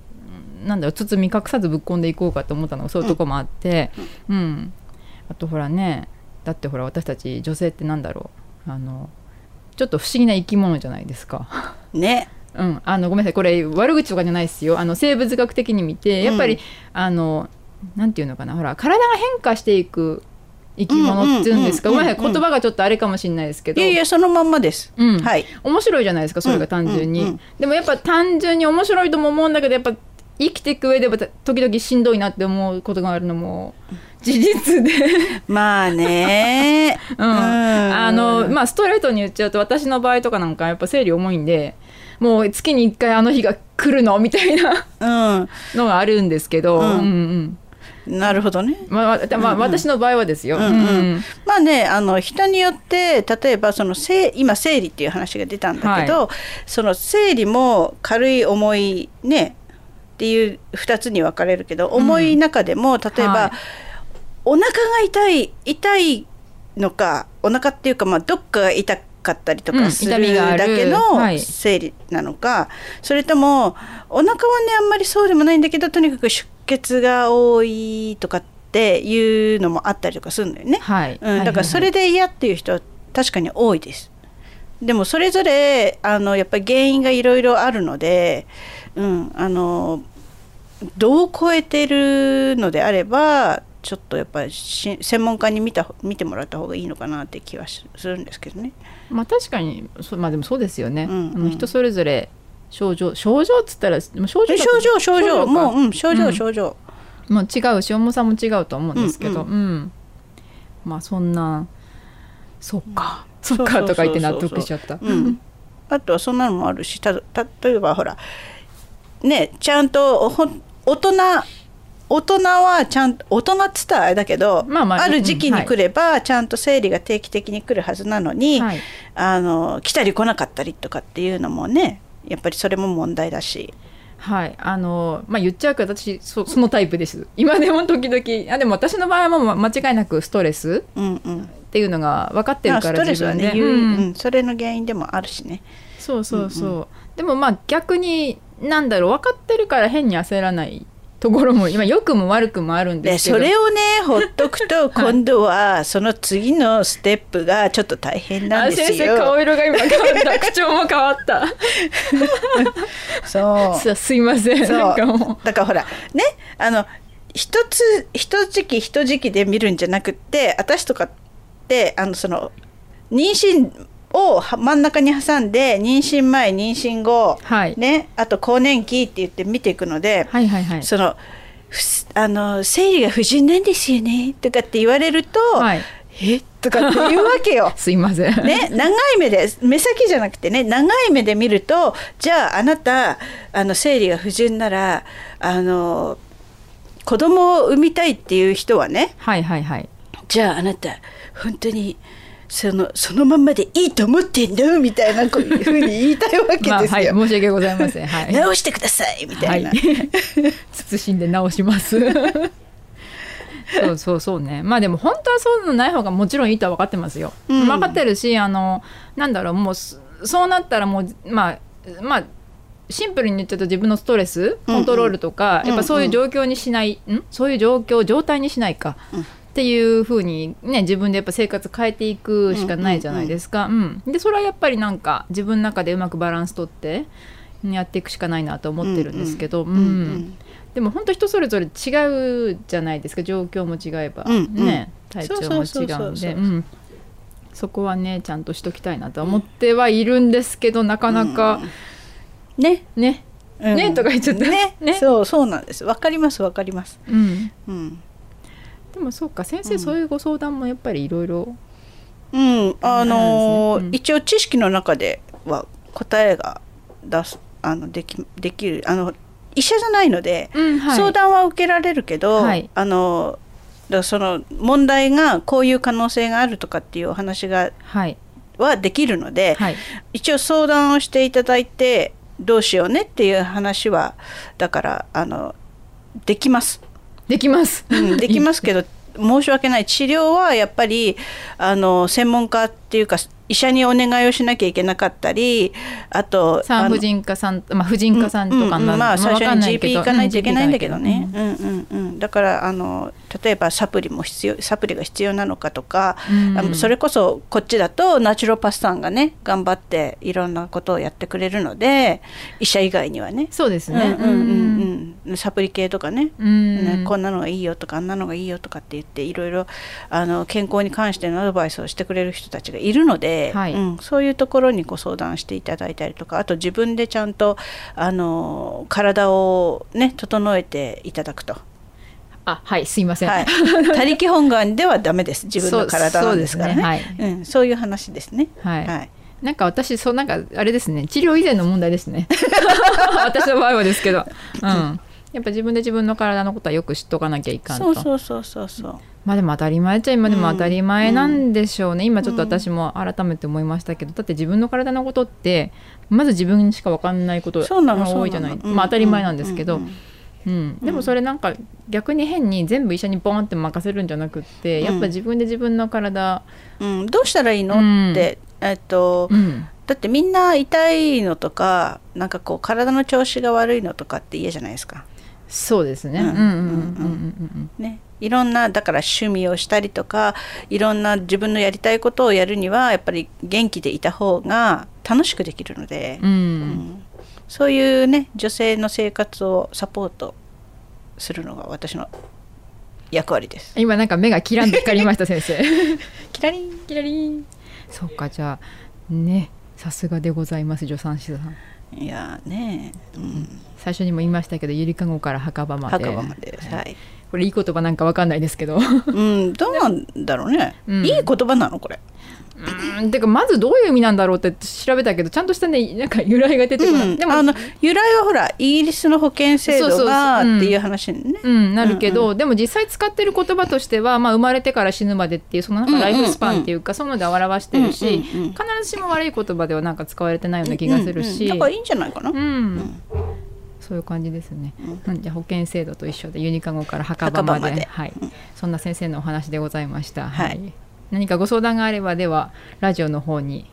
[SPEAKER 6] なんだろう包み隠さずぶっ込んでいこうかと思ったのがそういうとこもあってうん、あとほらねだってほら私たち女性ってなんだろうあのちょっと不思議な生き物じゃないですか。
[SPEAKER 7] ね。
[SPEAKER 6] うん、あのごめんなさいこれ悪口とかじゃないですよあの生物学的に見てやっぱり、
[SPEAKER 7] うん
[SPEAKER 6] あのなんていうのかなほら体が変化していく生き物っていうんですか、
[SPEAKER 7] うんうん
[SPEAKER 6] ごめんなさ
[SPEAKER 7] うんう
[SPEAKER 6] い
[SPEAKER 7] ん
[SPEAKER 6] 言葉がちょっとあれかもしれないですけど
[SPEAKER 7] いやいやそのまんまです、
[SPEAKER 6] うん
[SPEAKER 7] はい
[SPEAKER 6] 面白いじゃないですかそれが単純に、でもやっぱ単純に面白いとも思うんだけどやっぱ生きていく上でやっぱ時々しんどいなって思うことがあるのも事実で
[SPEAKER 7] まあね
[SPEAKER 6] うん、あのまあストレートに言っちゃうと私の場合とかなんかやっぱ生理重いんでもう月に1回あの日が来るのみたい なのがあるんですけど、
[SPEAKER 7] うん
[SPEAKER 6] うん
[SPEAKER 7] なるほどね
[SPEAKER 6] まあわたまあ
[SPEAKER 7] うんうん
[SPEAKER 6] 私の場合はですよ、
[SPEAKER 7] うんうんまあねあの人によって例えばそのせい今生理っていう話が出たんだけど、その生理も軽い重いねっていう2つに分かれるけど重い中でも、例えば、
[SPEAKER 6] はい
[SPEAKER 7] お腹が痛い痛いのかお腹っていうか、まあ、どっかが痛かったりと
[SPEAKER 6] う
[SPEAKER 7] か
[SPEAKER 6] ん
[SPEAKER 7] す
[SPEAKER 6] 痛み
[SPEAKER 7] る
[SPEAKER 6] がある
[SPEAKER 7] だけ
[SPEAKER 6] は
[SPEAKER 7] の
[SPEAKER 6] い
[SPEAKER 7] 生理なのか、それともお腹はねあんまりそうでもないんだけどとにかく出血が多いとかっていうのもあったりとかするんだよね。
[SPEAKER 6] はい
[SPEAKER 7] うん、だからそれで嫌っていう人は確かに多いです。でもそれぞれあのやっぱり原因がいろいろあるので、うん、あのどう超えてるのであればちょっとやっぱりし専門家に見た見てもらった方がいいのかなって気はしするんですけどね。
[SPEAKER 6] まあ確かにそうまあでもそうですよね、
[SPEAKER 7] うんうん
[SPEAKER 6] あの人それぞれ症状症状っつったらでも症状
[SPEAKER 7] え
[SPEAKER 6] だ
[SPEAKER 7] 症状症状
[SPEAKER 6] か
[SPEAKER 7] もう、うん、症状
[SPEAKER 6] うん
[SPEAKER 7] 症状、
[SPEAKER 6] もう違うし重さも違うと思うんですけど、うんまあそんなそっか、そっかとか言って納得しちゃった。
[SPEAKER 7] うん、あとはそんなのもあるしたた例えばほらねちゃんとほん大人大人はちゃんと大人っつったらあれだけど、
[SPEAKER 6] まあまあ
[SPEAKER 7] る時期
[SPEAKER 6] うんは
[SPEAKER 7] に
[SPEAKER 6] い
[SPEAKER 7] 来ればちゃんと生理が定期的に来るはずなのに、
[SPEAKER 6] はい
[SPEAKER 7] あの来たり来なかったりとかっていうのもねやっぱりそれも問題だし。
[SPEAKER 6] はい、あのまあ言っちゃうけど私そそのタイプです今でも時々あでも私の場合はもう間違いなくストレスっていうのが分かってるから
[SPEAKER 7] まあス
[SPEAKER 6] 自
[SPEAKER 7] トレスは
[SPEAKER 6] 分
[SPEAKER 7] ね
[SPEAKER 6] で、
[SPEAKER 7] ゆ
[SPEAKER 6] うん
[SPEAKER 7] うんそれの原因でもあるしね。
[SPEAKER 6] そうそうそう、
[SPEAKER 7] うんう
[SPEAKER 6] でもまあ逆になんだろう分かってるから変に焦らないところも今良くも悪くもあるん
[SPEAKER 7] で
[SPEAKER 6] ですけど
[SPEAKER 7] それをねほっとく と今度はその次のステップがちょっと大変なん
[SPEAKER 6] あ
[SPEAKER 7] ですよ。
[SPEAKER 6] 先生顔色が今変わ った口調も変わった
[SPEAKER 7] そう
[SPEAKER 6] すすいません
[SPEAKER 7] そう
[SPEAKER 6] なんかも
[SPEAKER 7] だからほらねあの一つ一時期一時期で見るんじゃなくって私とかってあのその妊娠をは真ん中に挟んで妊娠前妊娠後、ね、あと更年期って言って見ていくので、
[SPEAKER 6] はいはいはい
[SPEAKER 7] そのふすあの生理が不順なんですよねとかって言われると、えとかって言うわけ よ。
[SPEAKER 6] すいません
[SPEAKER 7] ね、長い目で目先じゃなくてね長い目で見るとじゃああなたあの生理が不順ならあの子供を産みたいっていう人はね
[SPEAKER 6] はいはいはい
[SPEAKER 7] じゃああなた本当にそのそのまんまでいいと思ってんのみたいなこういうふうに言いたいわけですよ。
[SPEAKER 6] まあはい申し訳ございませんはい
[SPEAKER 7] 直してくださいみたいな。
[SPEAKER 6] はい 慎んで直します そうそうそうねまあでも本当はそういうのない方がもちろんいいとは分かってますよ、
[SPEAKER 8] うん
[SPEAKER 6] 分かってるしあのなんだろうもうすそうなったらもうまあまあシンプルに言っちゃうと自分のストレスコントロールとか、
[SPEAKER 8] うんうん
[SPEAKER 6] やっぱそういう状況にしない、んそういう状況状態にしないか、っていう風にね自分でやっぱ生活変えていくしかないじゃないですか、うんでそれはやっぱりなんか自分の中でうまくバランス取ってやっていくしかないなと思ってるんですけど、うんでも本当人それぞれ違うじゃないですか状況も違えば、
[SPEAKER 8] うんうん
[SPEAKER 6] ね体調も違
[SPEAKER 8] そううそうそ
[SPEAKER 6] ん
[SPEAKER 8] うそ
[SPEAKER 6] で
[SPEAKER 8] う
[SPEAKER 6] うんそこはねちゃんとしときたいなとは思ってはいるんですけど、なかなか、
[SPEAKER 7] ね
[SPEAKER 6] ね、
[SPEAKER 7] うん
[SPEAKER 6] ねとか言っちゃった
[SPEAKER 7] ねそうそうなんですわかりますわかります。
[SPEAKER 6] うん
[SPEAKER 7] うん
[SPEAKER 6] でもそうか先生、そういうご相談もやっぱりいろいろ
[SPEAKER 7] うん、あのー一応知識の中では答えが出すあのできできるあの医者じゃないので、
[SPEAKER 6] はい
[SPEAKER 7] 相談は受けられるけど、
[SPEAKER 6] はい
[SPEAKER 7] あのからその問題がこういう可能性があるとかっていうお話が、
[SPEAKER 6] はい、
[SPEAKER 7] はできるので、一応相談をしていただいてどうしようねっていう話はだからあのできます。
[SPEAKER 6] できます、
[SPEAKER 7] うん、できますけど申し訳ない治療はやっぱりあの専門家っていうか医者にお願いをしなきゃいけなかったりあと
[SPEAKER 6] 産婦人科さん、まあ、婦人科さんとか
[SPEAKER 7] うんう
[SPEAKER 6] なん
[SPEAKER 7] まあ、最初
[SPEAKER 6] わかんな
[SPEAKER 7] に
[SPEAKER 6] い
[SPEAKER 7] GP
[SPEAKER 6] けど
[SPEAKER 7] 行かないといけないんだけど
[SPEAKER 6] う
[SPEAKER 7] ね
[SPEAKER 6] ん、
[SPEAKER 7] うんうんうん、だからあの例えばサプリも必要サプリが必要なのかとか、
[SPEAKER 6] うん
[SPEAKER 7] あのそれこそこっちだとナチュロパスさんがね頑張っていろんなことをやってくれるので医者以外にはね
[SPEAKER 6] そうです
[SPEAKER 7] ね、うんうんうんうん、サプリ系とかね,、
[SPEAKER 6] ん
[SPEAKER 7] こんなのがいいよとかあんなのがいいよとかって言っていろいろあの健康に関してのアドバイスをしてくれる人たちがいるので、
[SPEAKER 6] はい
[SPEAKER 7] うん、そういうところにご相談していただいたりとかあと自分でちゃんとあの体をね整えていただくと。
[SPEAKER 6] あはいすいません、
[SPEAKER 7] はい、他力本願ではダメです自分の体
[SPEAKER 6] そう
[SPEAKER 7] な
[SPEAKER 6] そうんで
[SPEAKER 7] ですす
[SPEAKER 6] ね
[SPEAKER 7] からね
[SPEAKER 6] はい
[SPEAKER 7] うん、そういう話ですね。
[SPEAKER 6] はい
[SPEAKER 7] はい
[SPEAKER 6] なんか私そうなんかあれですね治療以前の問題で すね私の場合はですけど、うん、やっぱ自分で自分の体のことはよく知っとかなきゃいかん
[SPEAKER 7] そ
[SPEAKER 6] と
[SPEAKER 7] うそうそうそうそう。
[SPEAKER 6] まあでも当たり前っちゃ今でも当たり前なんでしょうね、今ちょっと私も改めて思いましたけど、だって自分の体のことってまず自分にしか分かんないこと
[SPEAKER 7] そうなの
[SPEAKER 6] が多いじゃない
[SPEAKER 7] そうなの
[SPEAKER 6] まあ
[SPEAKER 7] うん
[SPEAKER 6] 当たり前なんですけど、
[SPEAKER 7] う
[SPEAKER 6] うんんでもそれなんか逆に変に全部医者にボーンって任せるんじゃなくって、
[SPEAKER 7] うん
[SPEAKER 6] やっぱ自分で自分の体
[SPEAKER 7] うん、どうしたらいいのって、えっと、だってみんな痛いのとかなんかこう体の調子が悪いのとかって嫌じゃないですか。
[SPEAKER 6] そうですね、
[SPEAKER 7] うん
[SPEAKER 6] うんうんうんうん
[SPEAKER 7] ね、いろんなだから趣味をしたりとかいろんな自分のやりたいことをやるにはやっぱり元気でいた方が楽しくできるので、
[SPEAKER 6] うんうん
[SPEAKER 7] そういうね女性の生活をサポートするのが私の役割です。
[SPEAKER 6] 今なんか目がキランと光りました先生
[SPEAKER 7] キラリン
[SPEAKER 6] キラリン そっかじゃあねさすがでございます助産師さん
[SPEAKER 7] いやーね、うん、
[SPEAKER 6] 最初にも言いましたけどゆりかごから墓場まで
[SPEAKER 7] 墓場まで、はい、
[SPEAKER 6] これいい言葉なんかわかんないですけど
[SPEAKER 7] うん、どうなんだろうね、
[SPEAKER 6] うん
[SPEAKER 7] いい言葉なのこれ。
[SPEAKER 6] うんてかまずどういう意味なんだろうって調べたけどちゃんとしたねなんか由来が出てこない、でも
[SPEAKER 7] あの由来はほらイギリスの保険制
[SPEAKER 6] そうそ
[SPEAKER 7] 度
[SPEAKER 6] う
[SPEAKER 7] が
[SPEAKER 6] そううん
[SPEAKER 7] っていう話にね
[SPEAKER 6] うん、なるけど、でも実際使ってる言葉としては、まあ、生まれてから死ぬまでっていうそのなんかライフスパンっていうか、そういうので表してるし、必ずしも悪い言葉ではなんか使われてないような気がするし、
[SPEAKER 7] うんうんなんかいいんじゃないかな、
[SPEAKER 6] うんそういう感じですね、うんじゃあ保険制度と一緒でユニカゴから墓場まで
[SPEAKER 7] 墓場まで
[SPEAKER 6] はい、そんな先生のお話でございました、はい、何かご相談があればではラジオの方に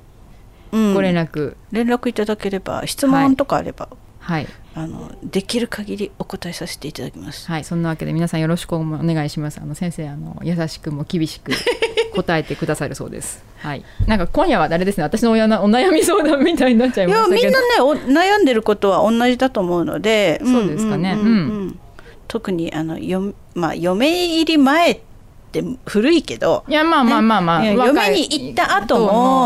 [SPEAKER 7] うん
[SPEAKER 6] ご連絡、
[SPEAKER 7] 連絡いただければ質問とかあれば、
[SPEAKER 6] はい
[SPEAKER 7] あのできる限りお答えさせていただきます
[SPEAKER 6] はい、そんなわけで皆さんよろしくお願いします。あの先生あの優しくも厳しく答えてくださるそう です。はい。なんか今夜は誰ですね。私の親のお悩み相談みたいになっちゃい
[SPEAKER 7] い
[SPEAKER 6] ま
[SPEAKER 7] や
[SPEAKER 6] した
[SPEAKER 7] み
[SPEAKER 6] け
[SPEAKER 7] ん
[SPEAKER 6] ど。
[SPEAKER 7] なねお悩んでることは同じだと思うので
[SPEAKER 6] そうですかね
[SPEAKER 7] うんうんうんうん特にあのよ、まあ、嫁入り前って古いけど
[SPEAKER 6] いやまあまあまあまあ。
[SPEAKER 7] ね
[SPEAKER 6] 若
[SPEAKER 7] 嫁
[SPEAKER 6] い
[SPEAKER 7] に行った後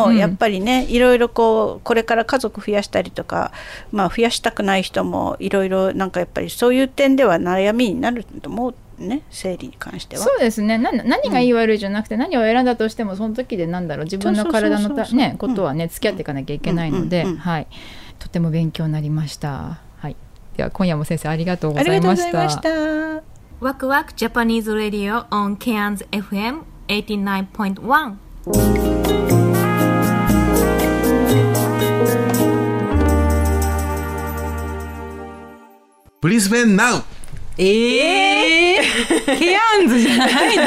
[SPEAKER 7] もやっぱりねいろいろこうこれから家族増やしたりとか、まあ、増やしたくない人もいろいろなんかやっぱりそういう点では悩みになると思うね生理に関しては。
[SPEAKER 6] そうですねな何がいい悪いじゃなくて、何を選んだとしてもその時でなんだろう自分の体
[SPEAKER 7] そ
[SPEAKER 6] の
[SPEAKER 7] うそうそう
[SPEAKER 6] た
[SPEAKER 7] そう
[SPEAKER 6] ねことはね付き合っていかなきゃいけないので、
[SPEAKER 7] うんうんうん
[SPEAKER 6] はいとても勉強になりましたはいでは今夜も先生ありがとうございました
[SPEAKER 7] た。
[SPEAKER 8] ワクワクジャパニーズラディオ on Cairns FM 89.1
[SPEAKER 1] ブリスベンナウ
[SPEAKER 2] え えー、ケアンズじゃないの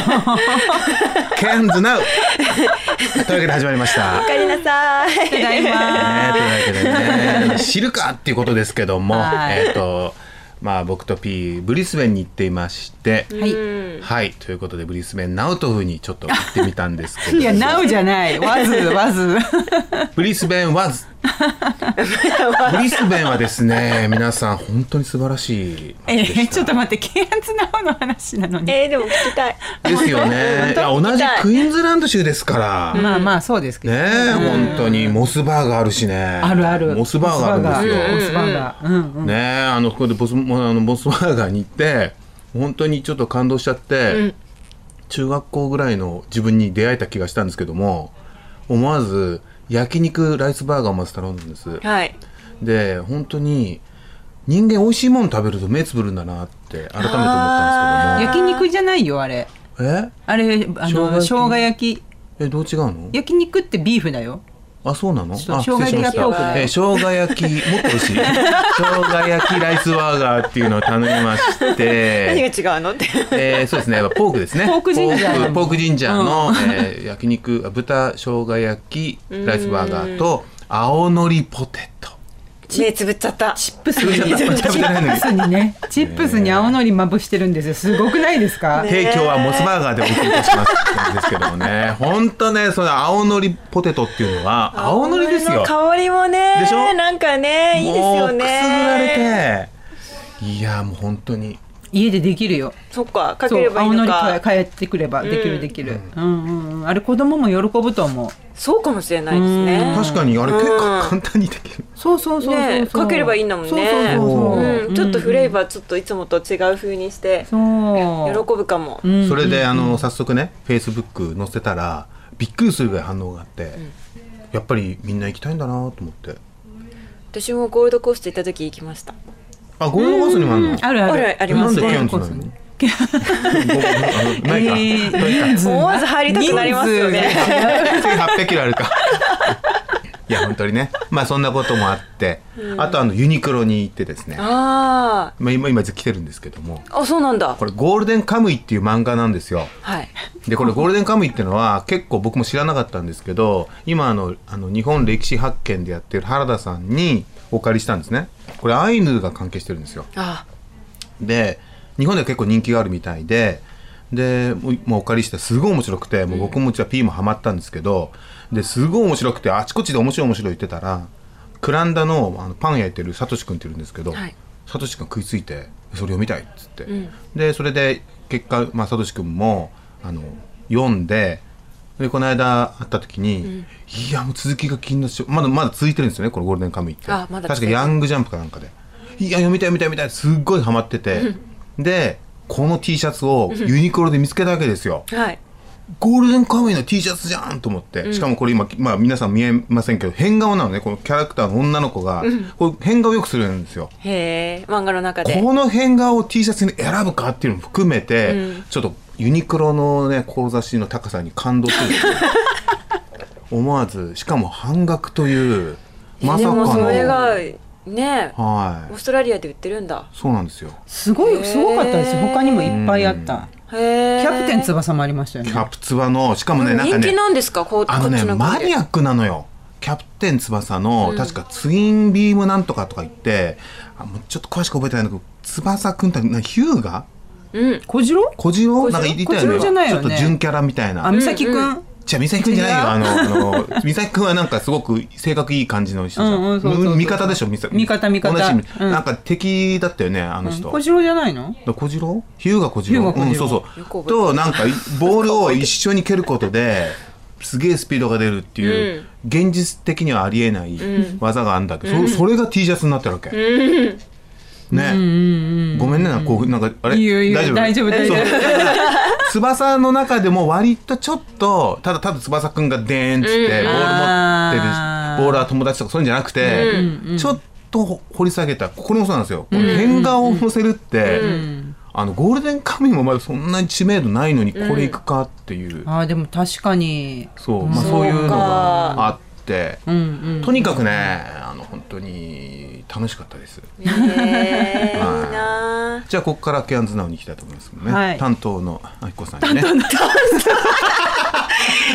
[SPEAKER 1] ケアンズナウというわけで始まりました。
[SPEAKER 9] かりなさい。
[SPEAKER 2] ただい
[SPEAKER 1] ね
[SPEAKER 2] ま
[SPEAKER 1] というわけ でね知るかっていうことですけども、
[SPEAKER 2] はい
[SPEAKER 1] えっ、とまあ僕と P ブリスベンに行っていまして
[SPEAKER 2] はい
[SPEAKER 1] はいということでブリスベンナウというふうにちょっと言ってみたんですけど
[SPEAKER 2] いや、ナウじゃない。わず、わず。
[SPEAKER 1] ブリスベンワズ ブリスベンはですね皆さん本当に素晴らしい
[SPEAKER 2] えー、ちょっと待って、ケアンズナウの話なのに。
[SPEAKER 9] えー、でも聞きたい。
[SPEAKER 1] ですよねいや同じクイーンズランド州ですから、
[SPEAKER 2] まあまあ、そうですけど。
[SPEAKER 1] ねえ、本当にモスバーガーあるしねあるあるモスバーガーあるんですよ
[SPEAKER 2] モスバーガー。うんうん。
[SPEAKER 1] ねえあのここでボスもうあのボスバーガーに行って本当にちょっと感動しちゃって、
[SPEAKER 9] うん
[SPEAKER 1] 中学校ぐらいの自分に出会えた気がしたんですけども思わず焼肉ライスバーガーをまず頼んだんです、
[SPEAKER 9] はい。
[SPEAKER 1] で本当に人間美味しいもの食べると目つぶるんだなって改めて思ったんです
[SPEAKER 2] 焼肉じゃないよ、あれ。
[SPEAKER 1] けどもえ
[SPEAKER 2] あれあの生
[SPEAKER 1] 生
[SPEAKER 2] 姜
[SPEAKER 1] 姜
[SPEAKER 2] 焼き
[SPEAKER 1] えどう違うの
[SPEAKER 2] 焼肉ってビーフだよ
[SPEAKER 1] あそうなのあ
[SPEAKER 2] そう生姜焼きが
[SPEAKER 1] 失礼しました
[SPEAKER 2] ポークね
[SPEAKER 1] え生姜焼きもっと美 味しい生姜焼きライスバーガーっていうのを頼みまして
[SPEAKER 9] 何が違うのって
[SPEAKER 1] えー、そうですね、ポークですね。
[SPEAKER 9] ポークジンジャー
[SPEAKER 1] ポークポークジンジャーの、えー焼肉、あ豚生姜焼き、ライスバーガーと、青のりポテ
[SPEAKER 9] 目つぶっちゃった
[SPEAKER 2] チップ ス
[SPEAKER 1] チ
[SPEAKER 2] に
[SPEAKER 1] ップス
[SPEAKER 2] チップスにねチップスに青のりまぶしてるんですよすごくないですか
[SPEAKER 1] ト。提供はモスバーガーでお送りいたします。なんですけど もね、本当ね、その青のりポテトっていうのは、青のりですよ。
[SPEAKER 9] 香りもね
[SPEAKER 1] でしょ
[SPEAKER 9] なんかねいいですよね
[SPEAKER 1] もうくすぐられて、いや、もう本当に。
[SPEAKER 2] 家でできるよ
[SPEAKER 9] そっかかければいいの
[SPEAKER 2] そう青の
[SPEAKER 9] か
[SPEAKER 2] り変えてくればでき
[SPEAKER 9] う
[SPEAKER 2] る
[SPEAKER 9] ん
[SPEAKER 2] できる、うん、うんうんあれ子供も喜ぶと思う
[SPEAKER 9] そうかもしれないですね
[SPEAKER 1] 確かにあれ結構簡単にできる。
[SPEAKER 2] そうそうそうそう
[SPEAKER 9] ねかければいいんだもんね
[SPEAKER 2] そうそうそうそう
[SPEAKER 9] うんちょっとフレーバーちょっといつもと違う風にして喜
[SPEAKER 2] そ
[SPEAKER 9] ぶかも
[SPEAKER 1] それであの早速ねフェイスブック載せたらびっくりするぐらい反応があって、やっぱりみんな行きたいんだなと思って
[SPEAKER 9] 私もゴールドコースト行った時行きました
[SPEAKER 1] あゴールドコーストにもあるの
[SPEAKER 9] あるあるありますね
[SPEAKER 1] なんでキャンツなのごごあのないか、
[SPEAKER 9] 思わず入りたくなりますよね
[SPEAKER 1] 800キロあるかいや本当にねまあそんなこともあって、
[SPEAKER 9] うん
[SPEAKER 1] あとあのユニクロに行ってですね
[SPEAKER 9] あ
[SPEAKER 1] まあ今今来てるんですけども
[SPEAKER 9] ああそうなんだ
[SPEAKER 1] これ「ゴールデンカムイ」っていう漫画なんですよ
[SPEAKER 9] はい
[SPEAKER 1] でこれゴールデンカムイっていうのは結構僕も知らなかったんですけど今あのあの日本歴史発見でやってる原田さんにお借りしたんですねこれアイヌが関係してるんですよ
[SPEAKER 9] あ
[SPEAKER 1] で日本では結構人気があるみたいででもうもうお借りしてすごい面白くてもう僕もじゃあ P もハマったんですけどですごい面白くてあちこちで面白い面白い言ってたらクランダのあのパン焼いてるサトシ君っているんですけど、
[SPEAKER 9] はい
[SPEAKER 1] サトシ君食いついてそれ読みたいっつって、
[SPEAKER 9] うん
[SPEAKER 1] でそれで結果、まあ、サトシ君もあの読んででこの間会った時に、いやもう続きが気になってしょまだまだ続いてるんですよねこの「ゴールデンカムイ」って
[SPEAKER 9] あまだ
[SPEAKER 1] 確かヤングジャンプかなんかでいや読みたい読みたい読みたいすっごいハマっててでこの T シャツを
[SPEAKER 9] うん
[SPEAKER 1] ユニクロで見つけたわけですよ、
[SPEAKER 9] はい
[SPEAKER 1] ゴールデンカムイの T シャツじゃんと思って、
[SPEAKER 9] うん
[SPEAKER 1] しかもこれ今、まあ、皆さん見えませんけど変顔なのねこのキャラクターの女の子が、
[SPEAKER 9] うん
[SPEAKER 1] これ変顔よくするんですよ
[SPEAKER 9] へえ漫画の中で
[SPEAKER 1] この変顔を T シャツに選ぶかっていうのも含めて、
[SPEAKER 9] うん
[SPEAKER 1] ちょっとユニクロのね志の高さに感動する 思わずしかも半額というまさか
[SPEAKER 9] でも
[SPEAKER 1] の
[SPEAKER 9] それがね
[SPEAKER 1] は
[SPEAKER 9] オーストラリアで売ってるんだ
[SPEAKER 1] いそうなんですよ
[SPEAKER 2] すごいすごかったですよ他にもいっぱいあった
[SPEAKER 9] へえ
[SPEAKER 2] キャプテン翼もありましたよね
[SPEAKER 1] キャプツバのしかもねなんか
[SPEAKER 9] 人気
[SPEAKER 1] ね
[SPEAKER 9] なんですかこうこ
[SPEAKER 1] あ
[SPEAKER 9] っ
[SPEAKER 1] のね
[SPEAKER 9] ちの
[SPEAKER 1] マ
[SPEAKER 9] 国で
[SPEAKER 1] ニアックなのよキャプテン翼の、
[SPEAKER 9] うん
[SPEAKER 1] 確かツインビームなんとかとか言ってあもうちょっと詳しく覚えてないんだけど翼くんとなんかヒューが
[SPEAKER 9] うん
[SPEAKER 2] 小次郎
[SPEAKER 1] 小次郎なんかいたよ
[SPEAKER 2] 小次
[SPEAKER 1] ね
[SPEAKER 2] 郎じゃないよね
[SPEAKER 1] ちょっと純キャラみたいな
[SPEAKER 2] あ美咲くんうんうん
[SPEAKER 1] じゃあ美咲くんじゃないよあのあの美咲くんはなんかすごく性格いい感じの人じゃん、
[SPEAKER 2] うんうんそうそうそう
[SPEAKER 1] 味方でしょ美咲
[SPEAKER 2] 味方味方
[SPEAKER 1] 同じ意味
[SPEAKER 2] うん
[SPEAKER 1] なんか敵だったよねあの人、
[SPEAKER 2] 小次郎じゃないの
[SPEAKER 1] だ小次郎ヒューが小次
[SPEAKER 2] ヒュ
[SPEAKER 1] 郎
[SPEAKER 2] ーが
[SPEAKER 1] う
[SPEAKER 2] 小
[SPEAKER 1] ん
[SPEAKER 2] 次
[SPEAKER 1] そ
[SPEAKER 2] 郎
[SPEAKER 1] う
[SPEAKER 2] よ
[SPEAKER 1] そうとなんかいボールを一緒に蹴ることですげえスピードが出るっていう、現実的にはありえない
[SPEAKER 9] うん
[SPEAKER 1] 技があるんだけど、
[SPEAKER 9] うん
[SPEAKER 1] そそれが T シャツになってるわけ、
[SPEAKER 9] うん
[SPEAKER 1] ね、ごめんねなんかこうなんかあれ
[SPEAKER 2] いいよいいよ
[SPEAKER 1] 大丈夫
[SPEAKER 2] 大丈夫大丈夫
[SPEAKER 1] そう 翼の中でも割とちょっとただただ翼くんがでーんっつって、ボール持っ
[SPEAKER 2] うん
[SPEAKER 1] てる
[SPEAKER 2] あー
[SPEAKER 1] ボールは友達とかそういうんじゃなくて、
[SPEAKER 2] うんうん
[SPEAKER 1] ちょっと掘り下げたここにもそうなんですよ、この変顔を乗せるって、あのゴールデンカムイもまだそんなに知名度ないのにこれいくかっていう、
[SPEAKER 2] あーでも確かに
[SPEAKER 1] そう,、まあ、
[SPEAKER 2] うん
[SPEAKER 1] そういうのがあって、
[SPEAKER 2] うん
[SPEAKER 1] とにかくねあの本当に楽しかったです。
[SPEAKER 9] えー
[SPEAKER 1] はい
[SPEAKER 9] いいな
[SPEAKER 1] じゃあここからケアンズナウに行きたいと思いますけどね、
[SPEAKER 9] はい
[SPEAKER 1] 担当のあきこさんにね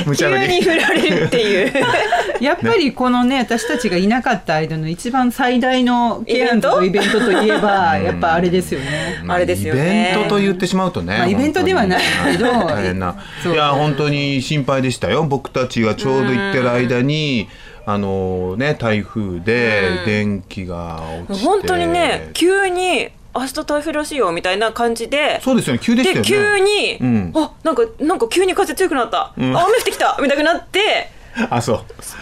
[SPEAKER 1] 無茶ぶり
[SPEAKER 9] う
[SPEAKER 2] やっぱりこのね私たちがいなかった間の一番最大のケアンズのイベントとい えばやっぱあれですよね
[SPEAKER 1] あれですよねイベントと言ってしまうとね、
[SPEAKER 2] まあイベントではないけど
[SPEAKER 1] 本当に大変ないや本当に心配でしたよ僕たちがちょうど行ってる間にあのね台風で電気が落ちて
[SPEAKER 9] 本当にね急に明日台風らしいよみたいな感じで
[SPEAKER 1] そうですよね急でしたよね
[SPEAKER 9] 急に、
[SPEAKER 1] うん
[SPEAKER 9] あなんかなんか急に風強くなった、
[SPEAKER 1] うん
[SPEAKER 9] あ雨降ってきたみたいになって
[SPEAKER 1] あそう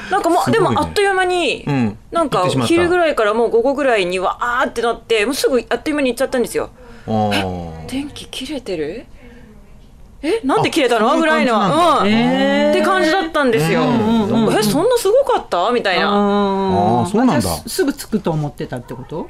[SPEAKER 9] なんかもう、
[SPEAKER 1] すごい
[SPEAKER 9] で
[SPEAKER 1] ね
[SPEAKER 9] もあっという間に、
[SPEAKER 1] うん
[SPEAKER 9] なん
[SPEAKER 1] 行っ
[SPEAKER 9] か
[SPEAKER 1] てしまった
[SPEAKER 9] 昼ぐらいからもう午後ぐらいにわーってなってもうすぐあっという間に行っちゃったんですよ
[SPEAKER 1] お
[SPEAKER 9] 電気切れてるえなんで切れたの
[SPEAKER 2] あそういう
[SPEAKER 9] ぐらいのうん
[SPEAKER 2] 感じなんだへー
[SPEAKER 9] って感じだったんですよ、
[SPEAKER 2] うんうんうん
[SPEAKER 9] えそんなすごかったみたいな
[SPEAKER 2] あ
[SPEAKER 1] あーそうなんだ
[SPEAKER 2] またすぐ着くと思ってたってこと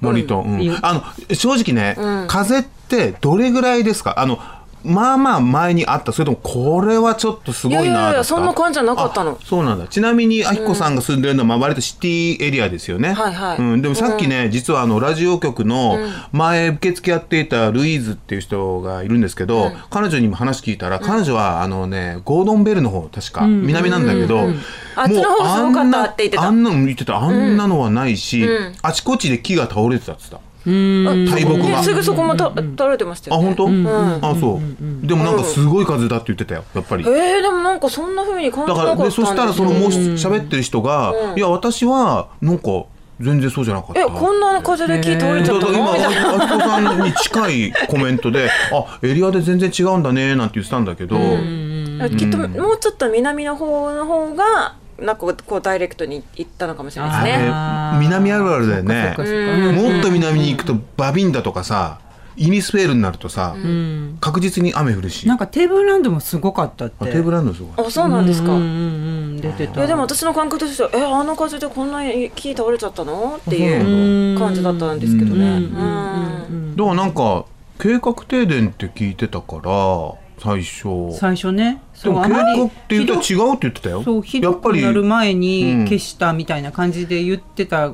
[SPEAKER 1] 割と、うん
[SPEAKER 2] いいよ
[SPEAKER 1] あの正直ね、
[SPEAKER 9] うん
[SPEAKER 1] 風邪ってどれぐらいですかあのまあまあ前にあったそれともこれはちょっとすごいなだった
[SPEAKER 9] いやいやそんな感じじゃなかったの
[SPEAKER 1] そうなんだちなみにあひこさんが住んでるのはまあ割とシティエリアですよね、
[SPEAKER 9] はいはい
[SPEAKER 1] うん、でもさっきね、実はあのラジオ局の前受付やっていたルイーズっていう人がいるんですけど、彼女にも話聞いたら、彼女はあのねゴードンベルの方確か、
[SPEAKER 9] うん
[SPEAKER 1] 南なんだけど、
[SPEAKER 9] うんうんうんあっちの方がすごかったって言ってた
[SPEAKER 1] あんなあんなの言ってたあんなのはないし、
[SPEAKER 9] うんうん
[SPEAKER 1] あちこちで木が倒れてたって言ってた。
[SPEAKER 9] うん
[SPEAKER 1] 大木が
[SPEAKER 9] すぐそこもた取られてました
[SPEAKER 1] あ
[SPEAKER 9] よね
[SPEAKER 1] 本当、
[SPEAKER 9] うん
[SPEAKER 1] あそうでもなんかすごい風だって言ってたよやっぱり、
[SPEAKER 9] えー、でもなんかそんな風に感じ
[SPEAKER 1] だ
[SPEAKER 9] なかった
[SPEAKER 1] から
[SPEAKER 9] んで
[SPEAKER 1] です
[SPEAKER 9] よ
[SPEAKER 1] そしたらそのもうし喋ってる人が、
[SPEAKER 9] うん
[SPEAKER 1] いや私はなんか全然そうじゃなかった
[SPEAKER 9] えこんな風で木倒れちゃったの
[SPEAKER 1] だ
[SPEAKER 9] み
[SPEAKER 1] か
[SPEAKER 9] た
[SPEAKER 1] ら
[SPEAKER 9] い
[SPEAKER 1] 今あ
[SPEAKER 9] な
[SPEAKER 1] あきこさんに近いコメントで「あエリアで全然違うんだね」なんて言ってたんだけど、
[SPEAKER 9] きっともうちょっと南の方の方がなんかこうダイレクトに行ったのかもしれないですね
[SPEAKER 1] あれ南あるあるだよね
[SPEAKER 9] そっかそっかそっか
[SPEAKER 1] もっと南に行くとバビンダとかさイニスフェールになるとさ、確実に雨降るしなんかテーブルランドもすごかったってテーブルランドすごい
[SPEAKER 9] あそうなんですか
[SPEAKER 10] うんうんうん出て
[SPEAKER 9] い
[SPEAKER 10] た
[SPEAKER 9] やでも私の感覚としてはえあの風でこんなに木倒れちゃったのって
[SPEAKER 1] い
[SPEAKER 9] いう感じだったんですけどね
[SPEAKER 1] うん
[SPEAKER 9] うん
[SPEAKER 1] だからなんか計画停電って聞いてたから最初
[SPEAKER 10] 最初ね
[SPEAKER 1] で
[SPEAKER 10] そう
[SPEAKER 1] も
[SPEAKER 10] あ
[SPEAKER 1] 計
[SPEAKER 10] まり
[SPEAKER 1] 画って言ったら違うって言ってたよ
[SPEAKER 10] そうひ
[SPEAKER 1] や
[SPEAKER 10] ど
[SPEAKER 1] っぱ
[SPEAKER 10] く
[SPEAKER 1] り
[SPEAKER 10] なる前
[SPEAKER 1] うん
[SPEAKER 10] に消したみたいな感じで言ってた、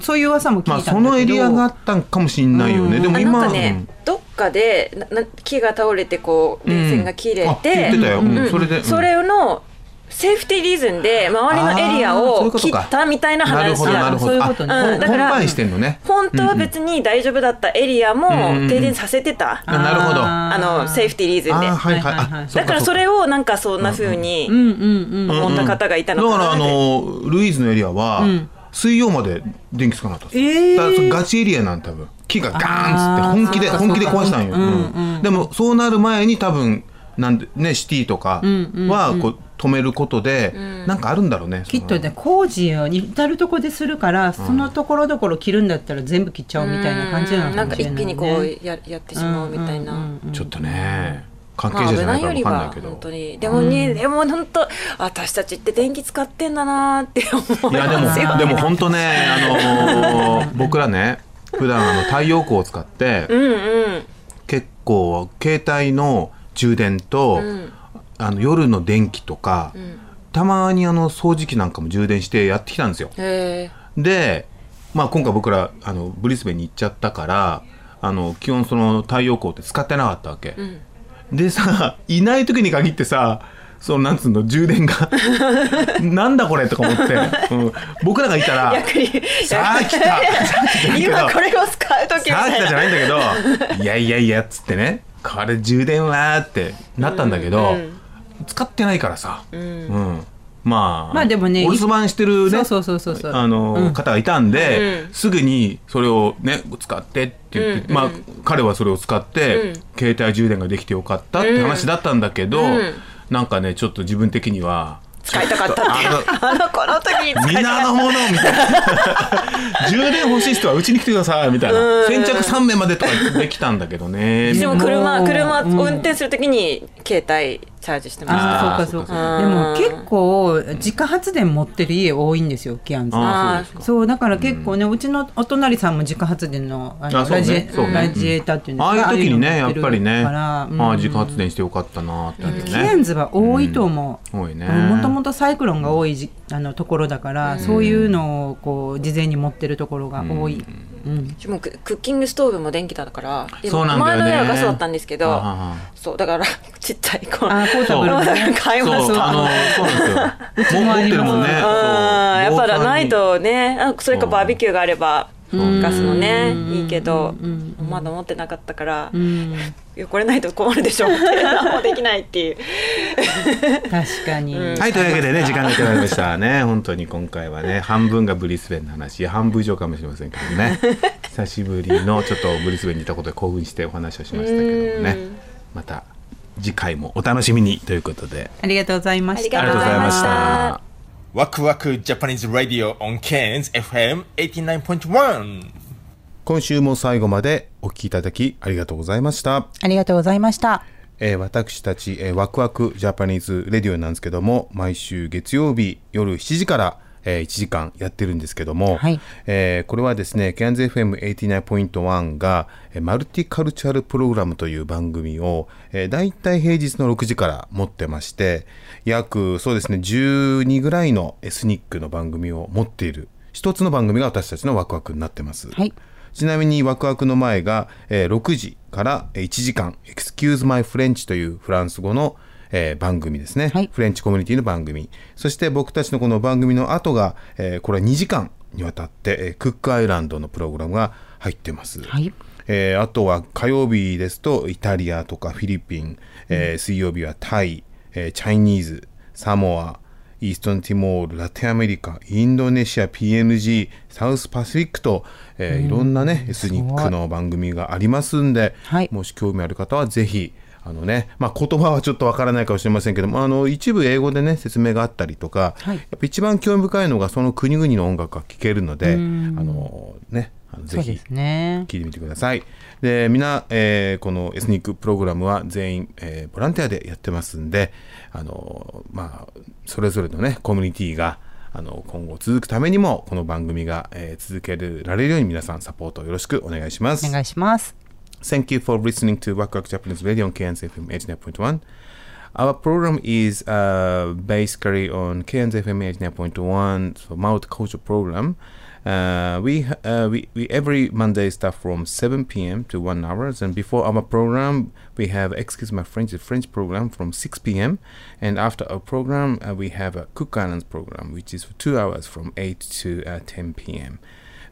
[SPEAKER 10] そういう噂も聞いた
[SPEAKER 1] ま
[SPEAKER 10] ん
[SPEAKER 1] あ
[SPEAKER 10] だけど、
[SPEAKER 1] そのエリアがあったんかもしれないよね、で
[SPEAKER 9] あな
[SPEAKER 1] も
[SPEAKER 9] ん
[SPEAKER 1] 今
[SPEAKER 9] かねどっかでなな木が倒れてこう電線が切れ
[SPEAKER 1] うんあ言
[SPEAKER 9] て,、
[SPEAKER 1] ってたようんそれでうん
[SPEAKER 9] それのセーフティーリズンで周りのエリア
[SPEAKER 1] あーそういう
[SPEAKER 9] を
[SPEAKER 1] こと
[SPEAKER 9] 切
[SPEAKER 1] か
[SPEAKER 9] ったみたいな
[SPEAKER 1] なる
[SPEAKER 9] 話
[SPEAKER 1] ほどなるほどあ
[SPEAKER 9] うんだか
[SPEAKER 1] コンバイ
[SPEAKER 9] ら
[SPEAKER 1] ンしてんのね
[SPEAKER 9] 本当は別に大丈夫だったエリアも
[SPEAKER 1] うんうん
[SPEAKER 9] 停電させてた、
[SPEAKER 1] あなるほど
[SPEAKER 9] あのセーフティーリズンで、
[SPEAKER 1] あはいはいあ
[SPEAKER 9] だからそれをなんかそんな風に思った方がいたの
[SPEAKER 1] だ
[SPEAKER 9] か
[SPEAKER 1] か
[SPEAKER 9] な
[SPEAKER 1] らあのルイーズのエリアは、
[SPEAKER 9] うん
[SPEAKER 1] 水曜まで電気つかなかった、
[SPEAKER 9] えー
[SPEAKER 1] だからそれガチエリアなん多分木がガーンっつって本気で
[SPEAKER 10] あーそう
[SPEAKER 1] 本
[SPEAKER 10] か
[SPEAKER 1] 気で壊したんよ、
[SPEAKER 10] そうか
[SPEAKER 1] うんでもそうなる前に多分なんでねシティとか
[SPEAKER 10] うんうんうん
[SPEAKER 1] はこう止めることで、なんかあるんだろうね
[SPEAKER 10] きっとね工事を至るとこでするから、そのところどころ切るんだったら全部切っちゃおうみたいな感じなの
[SPEAKER 9] な
[SPEAKER 10] か
[SPEAKER 9] ん
[SPEAKER 10] も
[SPEAKER 9] か
[SPEAKER 10] しれ
[SPEAKER 9] 一
[SPEAKER 10] ない、
[SPEAKER 9] 気
[SPEAKER 10] ね、
[SPEAKER 9] にこうややってしまうみたいな、
[SPEAKER 1] ちょっとね関
[SPEAKER 9] まあ
[SPEAKER 1] 係者じ
[SPEAKER 9] 危
[SPEAKER 1] ゃな
[SPEAKER 9] ないいよ
[SPEAKER 1] から
[SPEAKER 9] り
[SPEAKER 1] 分かんない
[SPEAKER 9] は
[SPEAKER 1] けど、
[SPEAKER 9] 本当にでもね、でも本当私たちって電気使ってんだなーって思
[SPEAKER 1] いやで
[SPEAKER 9] ますよ
[SPEAKER 1] もでも本当ねあのー僕らね普段あの太陽光を使って、
[SPEAKER 9] うんうん
[SPEAKER 1] 結構携帯の充電と、
[SPEAKER 9] うん
[SPEAKER 1] あの夜の電気とか、
[SPEAKER 9] うん
[SPEAKER 1] たまにあの掃除機なんかも充電してやってきたんですよ。
[SPEAKER 9] へ
[SPEAKER 1] で、まあ、今回僕らあのブリスベンに行っちゃったからあの基本その太陽光って使ってなかったわけ
[SPEAKER 9] え、う。ん、
[SPEAKER 1] でさいない時に限ってさそのなんつうの充電が なんだこれとか思って、うん、僕らがいたら
[SPEAKER 9] 逆に
[SPEAKER 1] さあ来たさあ来たけど
[SPEAKER 9] 今これを使う時み
[SPEAKER 1] さ
[SPEAKER 9] た
[SPEAKER 1] あ
[SPEAKER 9] い
[SPEAKER 1] 来た
[SPEAKER 9] な
[SPEAKER 1] じゃないんだけどいやいやいやっつってねこれ充電はーってなったんだけど、使ってないからさ、うんまあ、
[SPEAKER 10] まあでもね
[SPEAKER 1] お留守番してるね
[SPEAKER 10] そうそうそうそうそう
[SPEAKER 1] あの、
[SPEAKER 10] うん
[SPEAKER 1] 方がいたんで、
[SPEAKER 10] う
[SPEAKER 1] すぐにそれをね使ってって言って、
[SPEAKER 10] うん
[SPEAKER 1] まあ彼はそれを使っ
[SPEAKER 10] う
[SPEAKER 1] て、
[SPEAKER 10] ん
[SPEAKER 1] 携帯充電ができてよかったって話だったんだけど、
[SPEAKER 9] うん
[SPEAKER 1] なんかねちょっと自分的には
[SPEAKER 9] 使いたかったってあのこの時に使いた
[SPEAKER 1] 皆
[SPEAKER 9] か
[SPEAKER 1] の
[SPEAKER 9] っ
[SPEAKER 1] ものみたいな充電欲しい人はうちに来てくださいみたいな
[SPEAKER 9] うん
[SPEAKER 1] 先着3名までとかできたんだけどね
[SPEAKER 9] たでも
[SPEAKER 1] う
[SPEAKER 9] 車
[SPEAKER 1] ん
[SPEAKER 9] 車を運転する時に携帯チャージしてました
[SPEAKER 10] あーそうかそうかでも結構自家発電持ってる家多いんですよキアンズ
[SPEAKER 9] あーそうですか
[SPEAKER 10] そうだから結構ね、うちのお隣さんも自家発電のあの
[SPEAKER 1] あそう
[SPEAKER 10] ラジ
[SPEAKER 1] ね
[SPEAKER 10] エ
[SPEAKER 1] そうね
[SPEAKER 10] ラジエーターっていうんです
[SPEAKER 1] あ
[SPEAKER 10] か
[SPEAKER 1] あいう時にね
[SPEAKER 10] ああ
[SPEAKER 1] や
[SPEAKER 10] い
[SPEAKER 1] っ
[SPEAKER 10] うの
[SPEAKER 1] ぱり
[SPEAKER 10] 持っ
[SPEAKER 1] ね
[SPEAKER 10] てるから
[SPEAKER 1] あ
[SPEAKER 10] うん
[SPEAKER 1] あ自家発電してよかったなってあるよ
[SPEAKER 10] キアン
[SPEAKER 1] ね
[SPEAKER 10] ズは多いと思う、
[SPEAKER 1] 多いね
[SPEAKER 10] もともとサイクロンが多いじあのところだから、そういうのをこう事前に持ってるところが多い、うん
[SPEAKER 9] でもククッキングストーブも電気だから
[SPEAKER 10] そうなんだよね
[SPEAKER 9] 前の家はガスだったんですけ
[SPEAKER 1] あ
[SPEAKER 9] ど
[SPEAKER 1] はは
[SPEAKER 9] そうだから ちっちゃい こう
[SPEAKER 10] あーポータブルのね
[SPEAKER 9] 買いま
[SPEAKER 1] そう
[SPEAKER 9] した
[SPEAKER 1] あのそうなんです よも持ってるもんね
[SPEAKER 9] うんやっぱりないとねあそれかバーベキューがあればガスもねいいけどまだ持ってなかったからいやこれないと困るでしょって 何もできないっていう
[SPEAKER 10] 確かに、
[SPEAKER 1] はいというわけでね時間が来まいりましたね本当に今回はね半分がブリスベンの話半分以上かもしれませんけ どね久しぶりのちょっとブリスベンにいたことで興奮してお話をしましたけどもねまた次回もお楽しみにということで
[SPEAKER 10] ありがとうございました
[SPEAKER 1] ありがとうございました
[SPEAKER 11] ワクワクジャパニーズ・ラディオ・オン・ケンズ FM89.1
[SPEAKER 1] 今週も最後までお聞きいただきありがとうございました、
[SPEAKER 2] ありがとうございました
[SPEAKER 1] えー私たち、えーワクワクジャパニーズレディオなんですけども毎週月曜日夜7時から、えー1時間やってるんですけども、えーこれはですね CANZFM89.1 がえーマルティカルチャルプログラムという番組を、えー、大体平日の6時から持ってまして約そうですね12ぐらいのエスニックの番組を持っている一つの番組が私たちのワクワクになってます。ちなみにワクワクの前が、えー6時からえー1時間「Excuse My French」というフランス語の、えー番組ですね、フレンチコミュニティの番組そして僕たちのこの番組の後が、えーこれは2時間にわたって、えークックアイランドのプログラムが入ってます、えーあとは火曜日ですとイタリアとかフィリピン、えー水曜日はタイ、えーチャイニーズサモアイーストンティモール、ラテンアメリカ、インドネシア、PNG、サウスパシフィックと、えーいろんなね、エスニックの番組がありますんで、もし興味ある方はぜひ、あのね、まあ、言葉はちょっとわからないかもしれませんけども、あの、一部英語でね、説明があったりとか、やっぱ一番興味深いのがその国々の音楽が聴けるので、あ
[SPEAKER 10] うん
[SPEAKER 1] の、ね、あのぜ
[SPEAKER 10] そう
[SPEAKER 1] ひ
[SPEAKER 10] ですね
[SPEAKER 1] 聞いてみてください。で、みんな、えーこのエスニックプログラムは全員、えーボランティアでやってますんで、あのまあ、それぞれのね、コミュニティが、あの、今後続くためにも、この番組が、えー続けられるように皆さんサポートよろしくお願いします。お願い
[SPEAKER 2] します。
[SPEAKER 1] Thank you for listening to Waku Waku Japanese Radio on KNZFM 89.1. Our program is uh, basically on KNZFM 89.1 so Mouth Culture Program. Uh, we, uh, we we every Monday start from 7 p.m. to 1 hours, and before our program we have excuse my French the French program from 6 p.m. and after our program uh, we have a Cook Islands program which is for two hours from 8 to uh, 10 p.m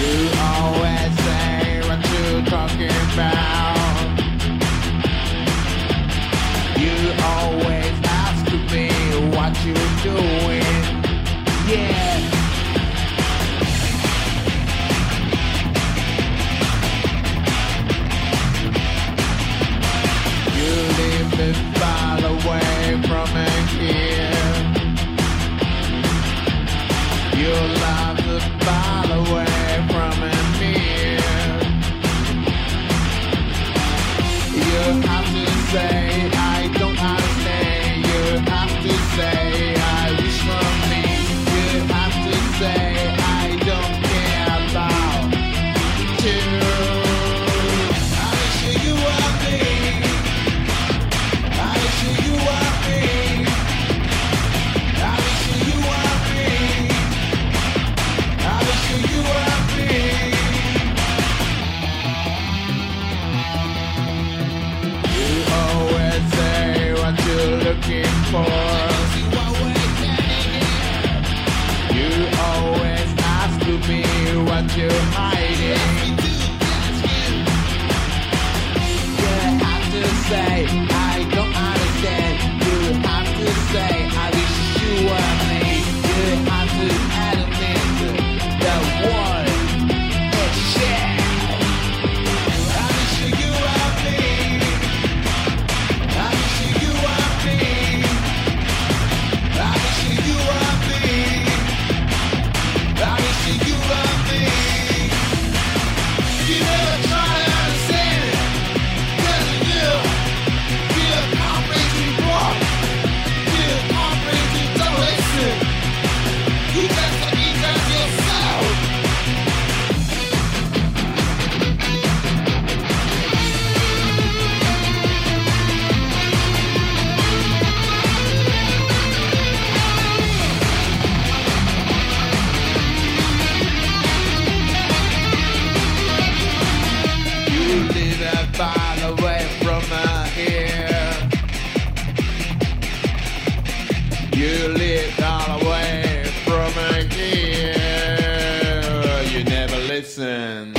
[SPEAKER 12] You always say what you're talking about. You always ask me what you're doing. Yeah. You live me far away from here. Your love is far away from here. You have to say I don't understand. You have to say I wish for me. You have to say I don't care about you. I wish you were me. I wish you were me. I wish you were me. I wish you were You always say what you're looking for. You always ask me what you're hiding. You have to say I don't understand. You have to say I wish you were me. You have to admit the one is shit. I wish you were me. I wish you were me. I wish you were me. I wish you were me.
[SPEAKER 1] Listen.